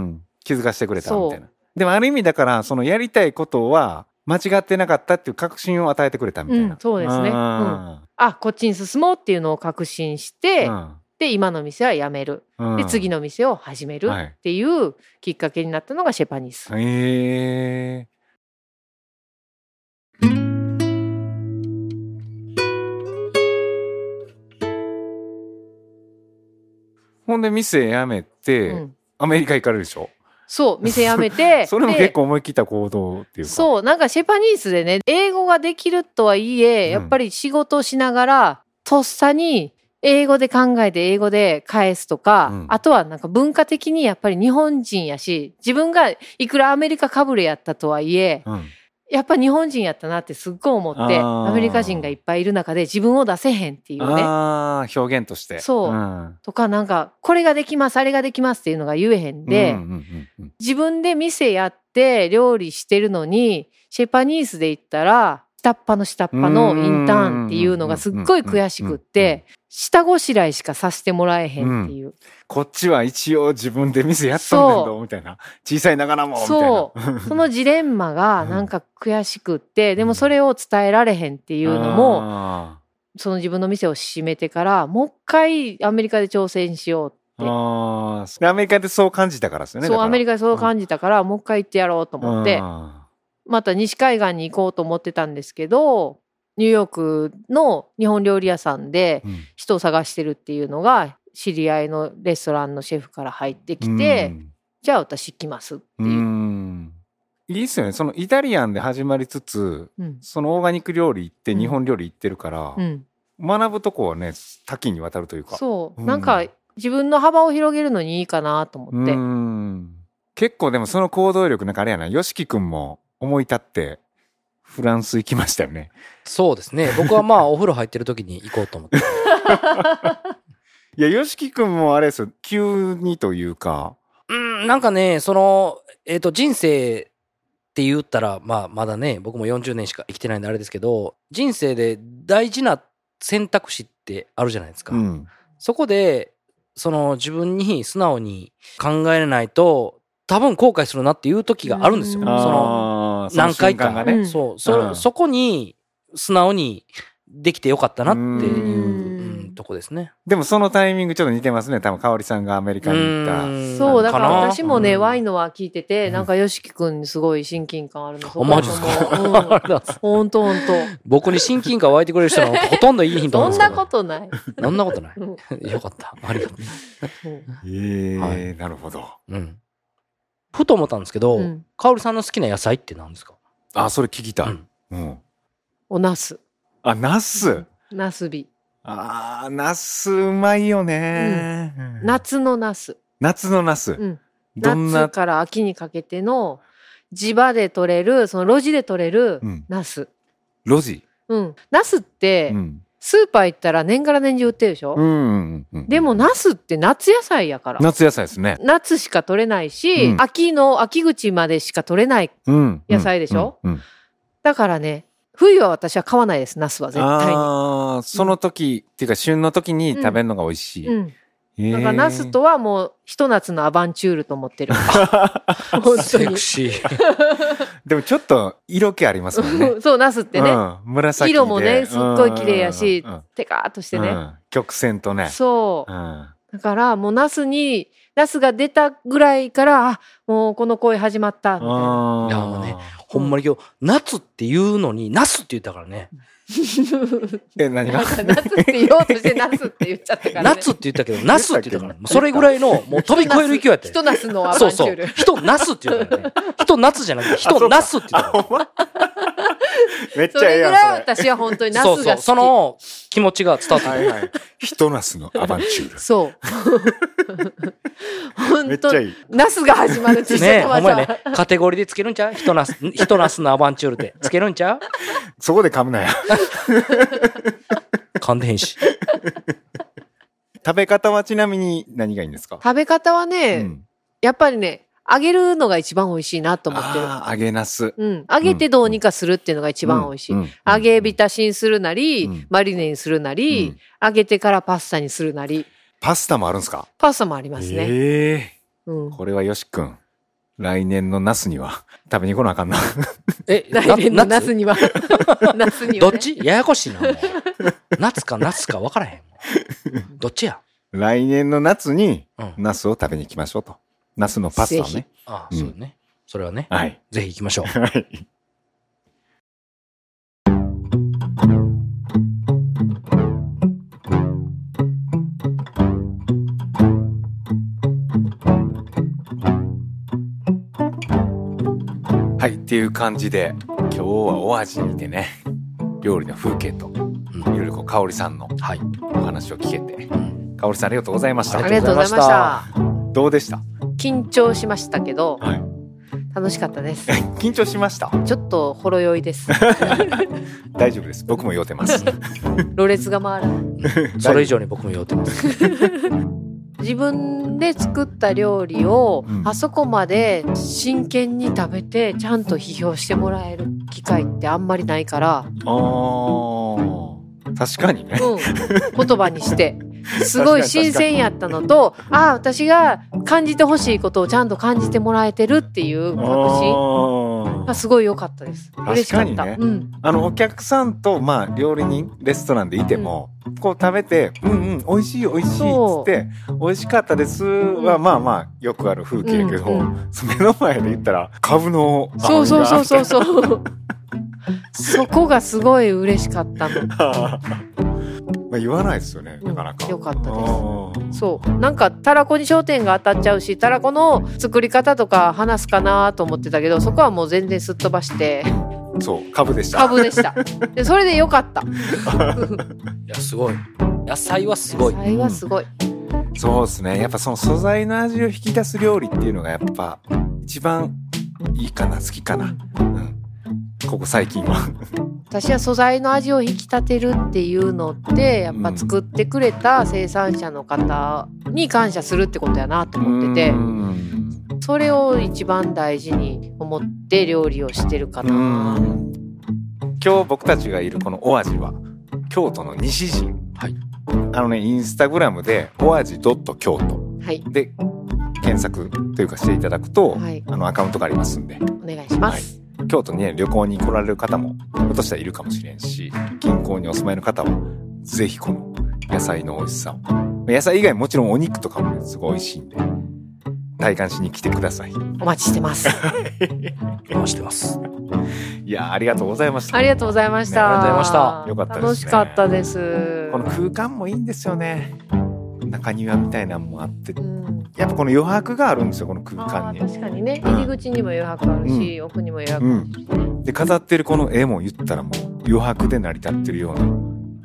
[SPEAKER 2] ん気づかせてくれたみたい
[SPEAKER 4] そ
[SPEAKER 2] なでもある意味だからそのやりたいことは間違ってなかったっていう確信を与えてくれたみたいな、
[SPEAKER 4] うんそうですね
[SPEAKER 2] あ
[SPEAKER 4] あこっちに進もうっていうのを確信して、
[SPEAKER 2] ーうん
[SPEAKER 4] で今の店は辞める
[SPEAKER 2] うん
[SPEAKER 4] で次の店を始める
[SPEAKER 2] はい
[SPEAKER 4] っていうきっかけになったのがシェパニース。
[SPEAKER 2] へえほんで店辞めて、
[SPEAKER 4] うん
[SPEAKER 2] アメリカ行かれるでしょ
[SPEAKER 4] そう店辞め て
[SPEAKER 2] それも
[SPEAKER 4] で
[SPEAKER 2] 結構思い切った行動っていうか
[SPEAKER 4] そうなんかシェパニースでね英語ができるとはいえ、
[SPEAKER 2] うん
[SPEAKER 4] やっぱり仕事をしながらとっさに英語で考えて英語で返すとか、
[SPEAKER 2] うん
[SPEAKER 4] あとはなんか文化的にやっぱり日本人やし自分がいくらアメリカかぶれやったとはいえ
[SPEAKER 2] うん、
[SPEAKER 4] やっぱ日本人やったなってすっごい思って
[SPEAKER 2] あー
[SPEAKER 4] アメリカ人がいっぱいいる中で自分を出せへんっていうね
[SPEAKER 2] ああ表現として
[SPEAKER 4] そう
[SPEAKER 2] うん
[SPEAKER 4] とかなんかこれができますあれができますっていうのが言えへんで、
[SPEAKER 2] うんうんうんうん
[SPEAKER 4] 自分で店やって料理してるのにシェパニースで行ったら下っ端の下っ端のインターンっていうのがすっごい悔しくって下ごしらえしかさせてもらえへんっていう、
[SPEAKER 2] こっちは一応自分で店やっとんねん
[SPEAKER 4] そ
[SPEAKER 2] どみたいな小さいながらもみたいな
[SPEAKER 4] そうそのジレンマがなんか悔しくってでもそれを伝えられへんっていうのも
[SPEAKER 2] あ
[SPEAKER 4] その自分の店を閉めてからもう一回アメリカで挑戦しよう
[SPEAKER 2] ーあーでアメリカでそう感じたからですよね
[SPEAKER 4] そうアメリ
[SPEAKER 2] カ
[SPEAKER 4] カでそう感じたからもう一回行ってやろうと思って。また西海岸に行こうと思ってたんですけどニューヨークの日本料理屋さんで人を探してるっていうのが知り合いのレストランのシェフから入ってきて、じゃあ私来ますって
[SPEAKER 2] うん
[SPEAKER 4] いうう、
[SPEAKER 2] んいいっすよねそのイタリアンで始まりつつ
[SPEAKER 4] うん
[SPEAKER 2] そのオーガニック料理行って
[SPEAKER 4] うん
[SPEAKER 2] 日本料理行ってるから、
[SPEAKER 4] うん
[SPEAKER 2] 学ぶとこはね多岐にわたるというか
[SPEAKER 4] そう、
[SPEAKER 2] うん
[SPEAKER 4] なんか自分の幅を広げるのにいいかなと思って、
[SPEAKER 2] うん結構でもその行動力なんかあれやな YOSHIKI 君も思い立ってフランス行きましたよね
[SPEAKER 3] そうですね。僕はまあ、お風呂入ってる時に行こうと思って。
[SPEAKER 2] いや YOSHIKI 君もあれですよ急にというか
[SPEAKER 3] うん、なんかね、その、えっ、と、人生って言ったら、まあ、まだね、僕も40年しか生きてないんであれですけど、人生で大事な選択肢ってあるじゃないですか。
[SPEAKER 2] うん
[SPEAKER 3] そこで、その自分に素直に考えれないと、多分後悔するなっていう時があるんですよ。そ
[SPEAKER 4] うん
[SPEAKER 3] の、
[SPEAKER 2] あーその
[SPEAKER 3] 何回か
[SPEAKER 2] 瞬間がね、
[SPEAKER 4] うん
[SPEAKER 3] そう、そ、
[SPEAKER 2] うん
[SPEAKER 3] そこに素直にできてよかったなっていう、
[SPEAKER 4] うん
[SPEAKER 3] うんとこですね。
[SPEAKER 2] でもそのタイミングちょっと似てますね多分香織さんがアメリカに行った
[SPEAKER 3] ん
[SPEAKER 4] そうだから
[SPEAKER 3] な
[SPEAKER 4] 私もね、
[SPEAKER 3] うん
[SPEAKER 4] ワインのは聞いててなんかよしきくんにすごい親近感あるの
[SPEAKER 3] あマジっすか、
[SPEAKER 4] うん
[SPEAKER 3] ありがとうございます
[SPEAKER 4] ほんとほんと
[SPEAKER 3] 僕に親近感湧いてくれる人はほと んどいいヒント
[SPEAKER 4] そ
[SPEAKER 3] んです
[SPEAKER 4] ん
[SPEAKER 3] け
[SPEAKER 4] な
[SPEAKER 3] ど
[SPEAKER 4] ことない、
[SPEAKER 3] そんなことな
[SPEAKER 4] うん
[SPEAKER 3] い。よかった。ありがと
[SPEAKER 4] うん
[SPEAKER 2] えー
[SPEAKER 3] はい
[SPEAKER 2] なるほど
[SPEAKER 3] う。うん。ふと思ったんですけど、
[SPEAKER 4] うん
[SPEAKER 3] かおりさんの好きな野菜って何ですか
[SPEAKER 2] あそれ聞きたい、
[SPEAKER 3] うん
[SPEAKER 2] うん
[SPEAKER 4] おなす
[SPEAKER 2] あナス
[SPEAKER 4] なすび
[SPEAKER 2] あーナスうまいよね、うん
[SPEAKER 4] 夏のナス、
[SPEAKER 2] 夏のナス、
[SPEAKER 4] うん、
[SPEAKER 2] どん
[SPEAKER 4] 夏
[SPEAKER 2] な
[SPEAKER 4] から秋にかけての地場で取れるその路地で取れる
[SPEAKER 2] うん
[SPEAKER 4] ナス
[SPEAKER 2] 路地、
[SPEAKER 4] うんナスって
[SPEAKER 2] うん
[SPEAKER 4] スーパー行ったら年がら年中売ってるでしょ、
[SPEAKER 2] うんうんうんうん
[SPEAKER 4] でもナスって夏野菜やから
[SPEAKER 2] 夏野菜ですね、
[SPEAKER 4] 夏しか取れないし、
[SPEAKER 2] うん
[SPEAKER 4] 秋の秋口までしか取れない
[SPEAKER 2] うん、
[SPEAKER 4] 野菜でしょ、
[SPEAKER 2] うんうん
[SPEAKER 4] だからね冬は私は買わないですナスは絶対に
[SPEAKER 2] ああその時、っていうか旬の時に食べるのが美味しい、
[SPEAKER 4] うん、
[SPEAKER 2] えー
[SPEAKER 4] だからナスとはもうひと夏のアバンチュールと 思ってる本当
[SPEAKER 3] セ
[SPEAKER 4] に
[SPEAKER 3] クシー。
[SPEAKER 2] でもちょっと色気ありますもんね
[SPEAKER 4] うん そうナスってね、
[SPEAKER 2] うん、紫で
[SPEAKER 4] 色もねすっごい綺麗やし
[SPEAKER 2] うんうんうんうん
[SPEAKER 4] テカーっとしてね、
[SPEAKER 2] うん曲線とね
[SPEAKER 4] そう
[SPEAKER 2] う、ん
[SPEAKER 4] だからもうナスにナスが出たぐらいからあもうこの恋始まったみたいな
[SPEAKER 2] あー
[SPEAKER 3] いやもうねほんまに今日、夏って言うのに、ナスって言ったからね。
[SPEAKER 2] え何が
[SPEAKER 4] なんかナスって言おうとしてナスって言っちゃったから、ね、
[SPEAKER 3] 夏って言ったけど、ナスって言った から。もうそれぐらいの、もう飛び越える勢いやった
[SPEAKER 4] ひ
[SPEAKER 3] よ
[SPEAKER 4] と。ナスのア
[SPEAKER 3] そ
[SPEAKER 4] バン
[SPEAKER 3] う
[SPEAKER 4] チュ
[SPEAKER 3] そ
[SPEAKER 4] ー
[SPEAKER 3] う
[SPEAKER 4] ル。
[SPEAKER 3] 人、ナスって言ったからね。人、ナスじゃな くて、人、ナスって言ったから。
[SPEAKER 2] めっ
[SPEAKER 4] そ
[SPEAKER 2] ちゃええ
[SPEAKER 4] れぐ
[SPEAKER 2] や
[SPEAKER 4] らい
[SPEAKER 2] んそ
[SPEAKER 4] 私は本当にナス
[SPEAKER 3] そうそ
[SPEAKER 4] が好
[SPEAKER 3] う。
[SPEAKER 4] き
[SPEAKER 3] その気持ちが伝わって
[SPEAKER 2] れ
[SPEAKER 3] く
[SPEAKER 2] は
[SPEAKER 3] る。
[SPEAKER 2] いはいひとナスのアバンチュール
[SPEAKER 4] そう
[SPEAKER 2] め
[SPEAKER 4] 本
[SPEAKER 2] っちゃ
[SPEAKER 4] 当
[SPEAKER 2] いい
[SPEAKER 4] ナスが始まるって言っちゃっ
[SPEAKER 3] ね
[SPEAKER 4] て
[SPEAKER 3] ほ
[SPEAKER 4] ま
[SPEAKER 3] ん
[SPEAKER 4] し
[SPEAKER 3] まや
[SPEAKER 4] た、
[SPEAKER 3] ね。カテゴリーでつけるんちゃう人ナス、人ナスのアバンチュールでつけるんちゃう
[SPEAKER 2] そこで噛むなや
[SPEAKER 3] 噛んでへんし。
[SPEAKER 2] 食べ方はちなみに何がいいんですか
[SPEAKER 4] 食べ方はね、
[SPEAKER 2] うん
[SPEAKER 4] やっぱりね揚げるのが一番美味しいなと思ってる
[SPEAKER 2] あー揚げナス
[SPEAKER 4] うん、揚げてどうにかするっていうのが一番美味しい、
[SPEAKER 2] うんうん
[SPEAKER 4] 揚げ浸しにするなり、
[SPEAKER 2] うん
[SPEAKER 4] マリネにするなり、
[SPEAKER 2] うん
[SPEAKER 4] 揚げてからパスタにするなり
[SPEAKER 2] パスタもあるんですか
[SPEAKER 4] パスタもありますね、
[SPEAKER 2] ええ
[SPEAKER 4] うん、
[SPEAKER 2] これはよしくん。来年のナスには 食べに来なあかんな。
[SPEAKER 3] え、
[SPEAKER 4] 来年
[SPEAKER 3] な
[SPEAKER 4] の夏 には夏には、
[SPEAKER 3] ど
[SPEAKER 4] ね、
[SPEAKER 3] っちややこしいな。もう夏か夏か分からへん。どっちや
[SPEAKER 2] 来年の夏に
[SPEAKER 3] うん。
[SPEAKER 2] ナスを食べに行きましょうと。ナスのパスタを
[SPEAKER 4] ぜ
[SPEAKER 2] ね。
[SPEAKER 3] あ
[SPEAKER 2] うん
[SPEAKER 3] そうね。それはね。
[SPEAKER 2] はい。
[SPEAKER 3] ぜひ行きましょう。
[SPEAKER 2] はい。はい、っていう感じで、今日はお味見でね、料理の風景と、
[SPEAKER 3] うん
[SPEAKER 2] いろいろこう、香織さんの
[SPEAKER 3] はい。
[SPEAKER 2] お話を聞けて、
[SPEAKER 3] うん
[SPEAKER 2] 香織さんありがとうございまし
[SPEAKER 3] あ
[SPEAKER 4] あ
[SPEAKER 2] た。
[SPEAKER 4] りがとうございました。
[SPEAKER 2] どうでした
[SPEAKER 4] 緊張しましたけど、
[SPEAKER 2] はい
[SPEAKER 4] 楽しかったです。
[SPEAKER 2] 緊張しました
[SPEAKER 4] ちょっとほろ酔い です。
[SPEAKER 2] 大丈夫です。僕も酔って ます。
[SPEAKER 4] ろれつが回る。
[SPEAKER 3] それ以上に僕も酔ってます。
[SPEAKER 4] 自分で作った料理を、
[SPEAKER 2] うん
[SPEAKER 4] あそこまで真剣に食べてちゃんと批評してもらえる機会ってあんまりないから、
[SPEAKER 2] あー確かにね。
[SPEAKER 4] うん、言葉にしてすごい新鮮やったのとああ私が感じてほしいことをちゃんと感じてもらえてるっていう
[SPEAKER 2] あ
[SPEAKER 4] 確信
[SPEAKER 2] ー
[SPEAKER 4] がすごい良かったです
[SPEAKER 2] かにね
[SPEAKER 4] 嬉しかった、うん、
[SPEAKER 2] あのお客さんとまあ料理人レストランでいても、こう食べて「うんうん美味しい美味しい」っつ
[SPEAKER 4] そ
[SPEAKER 2] っ
[SPEAKER 4] う
[SPEAKER 2] て「美味しかったです」は
[SPEAKER 4] うん
[SPEAKER 2] まあまあよくある風景やけど、
[SPEAKER 4] うんう
[SPEAKER 2] 目の前で言ったら株の
[SPEAKER 4] そうそうそうそううそう そこがすごい嬉しかったの
[SPEAKER 2] ま あ言わないですよねなかなか。
[SPEAKER 4] うんよかったです
[SPEAKER 2] あー
[SPEAKER 4] そうなんかたらこに焦点が当たっちゃうしたらこの作り方とか話すかなと思ってたけどそこはもう全然すっ飛ばして
[SPEAKER 2] そう株でした。
[SPEAKER 4] 株でしたでそれで良か った
[SPEAKER 3] いや、すごい。野菜はすご
[SPEAKER 4] 野
[SPEAKER 3] い。
[SPEAKER 4] 菜はすごい、
[SPEAKER 2] そうですね。やっぱその素材の味を引き出す料理っていうのがやっぱ一番いいかな、好きかな。うん。ここ最近は。
[SPEAKER 4] 私は素材の味を引き立てるっていうのってやっぱ作ってくれた生産者の方に感謝するってことやなと思ってて
[SPEAKER 2] うん
[SPEAKER 4] それを一番大事に思って料理をしてるか
[SPEAKER 2] う
[SPEAKER 4] な。
[SPEAKER 2] ん今日僕たちがいるこのオアジは京都の西陣。
[SPEAKER 3] はい
[SPEAKER 2] あのね、インスタグラムでオアジ京都
[SPEAKER 4] はい、
[SPEAKER 2] で検索というかしていただくと、
[SPEAKER 4] はい
[SPEAKER 2] あのアカウントがありますんで。
[SPEAKER 4] お願いします。
[SPEAKER 2] 京都にね、旅行に来られる方も、ひょっとしたらいるかもしれんし、近郊にお住まいの方は、ぜひこの野菜の美味しさを。野菜以外もちろんお肉とかもね、すごい美味しいんで、体感しに来てください。
[SPEAKER 4] お待ちして ます。
[SPEAKER 3] お待ちしてます。
[SPEAKER 2] いやーありがとうございました。
[SPEAKER 4] ありがとうございました。
[SPEAKER 3] ねありがとうござ
[SPEAKER 2] いましたよかったですね
[SPEAKER 4] 楽しかったです。
[SPEAKER 2] この空間もいいんですよね。中庭みたいなのもあって
[SPEAKER 4] う、ん
[SPEAKER 2] やっぱこの余白があるんですよ、この空
[SPEAKER 4] あ
[SPEAKER 2] 間
[SPEAKER 4] ー
[SPEAKER 2] に。
[SPEAKER 4] 確かにね
[SPEAKER 2] うん
[SPEAKER 4] 入り口にも余白あるし、奥にも余白あるし、
[SPEAKER 2] で、飾ってるこの絵も言ったらもう余白で成り立ってるような、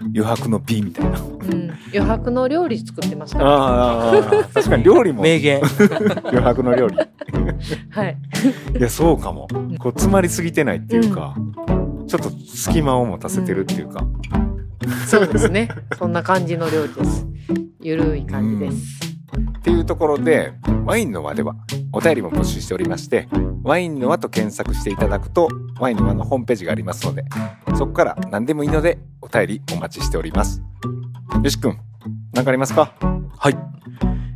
[SPEAKER 2] 余白の美みたいな。
[SPEAKER 4] うん、余白の料理作ってますから
[SPEAKER 2] ああ、 確かに料理も
[SPEAKER 3] 名言。
[SPEAKER 2] 余白の料理。
[SPEAKER 4] はい
[SPEAKER 2] いやそうかもこう詰まりすぎてないっていうか、ちょっと隙間を持たせてるっていうか、
[SPEAKER 4] そうですね。そんな感じの料理です。ゆるい感じです。
[SPEAKER 2] っていうところでワインの輪ではお便りも募集しておりましてワインの輪と検索していただくとワインの輪のホームページがありますのでそこから何でもいいのでお便りお待ちしておりますよしくん何かありますか
[SPEAKER 3] はい。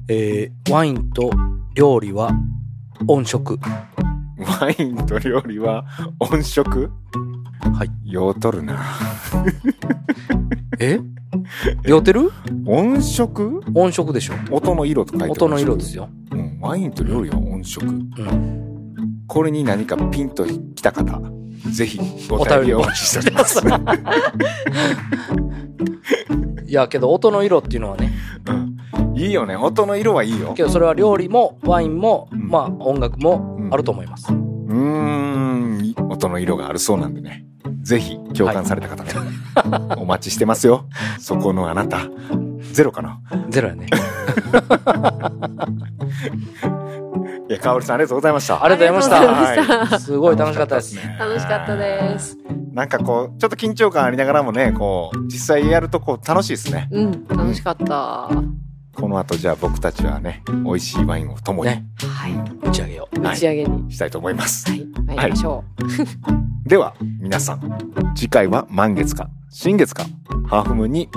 [SPEAKER 3] えー、ワインと料理は音色。
[SPEAKER 2] ワインと料理は音色
[SPEAKER 3] はい
[SPEAKER 2] ようとるな
[SPEAKER 3] え酔ってる
[SPEAKER 2] 音色
[SPEAKER 3] 音色でしょ。
[SPEAKER 2] 音の色と書いてある
[SPEAKER 3] 音の色ですよ。
[SPEAKER 2] うん、ワインと料理は音色。
[SPEAKER 3] ん
[SPEAKER 2] これに何かピンときた方、ぜひお便りをお待ちしております。
[SPEAKER 3] いや、けど音の色っていうのはね、
[SPEAKER 2] うんいいよね。音の色はいいよ。
[SPEAKER 3] けどそれは料理もワインも、
[SPEAKER 2] うん
[SPEAKER 3] まあ音楽もあると思います。
[SPEAKER 2] うーん、音の色があるそうなんでね。ぜひ共感された方ね、お待ちしてます よ。そこのあなた。ゼロかな。
[SPEAKER 3] ゼロやね。
[SPEAKER 2] いや、かおりさんありがとうございました。
[SPEAKER 3] ありがとうございま
[SPEAKER 2] ありがとうございま
[SPEAKER 3] した。すごい楽しかったです。
[SPEAKER 2] ね
[SPEAKER 4] 楽しかったです。
[SPEAKER 2] なんかこう、ちょっと緊張感ありながらもね、こう、実際やるとこう楽しいですね。
[SPEAKER 4] うん、楽しかった。は
[SPEAKER 2] この後じゃあ僕たちはね、美味しいワインを共に、
[SPEAKER 3] ね、
[SPEAKER 4] い、
[SPEAKER 3] 打ち上げよう。
[SPEAKER 2] は
[SPEAKER 4] 打
[SPEAKER 2] い
[SPEAKER 4] ち上げに、
[SPEAKER 2] したいと思います。
[SPEAKER 4] はい、参りましょう。
[SPEAKER 2] では皆さん次回は満月か新月かハーフムーンに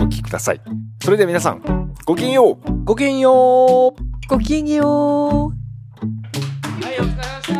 [SPEAKER 2] お聞きくださいそれでは皆さんごきげんよう
[SPEAKER 3] ごきげんよう
[SPEAKER 4] ごきげんよう。はい、お疲れ様でした。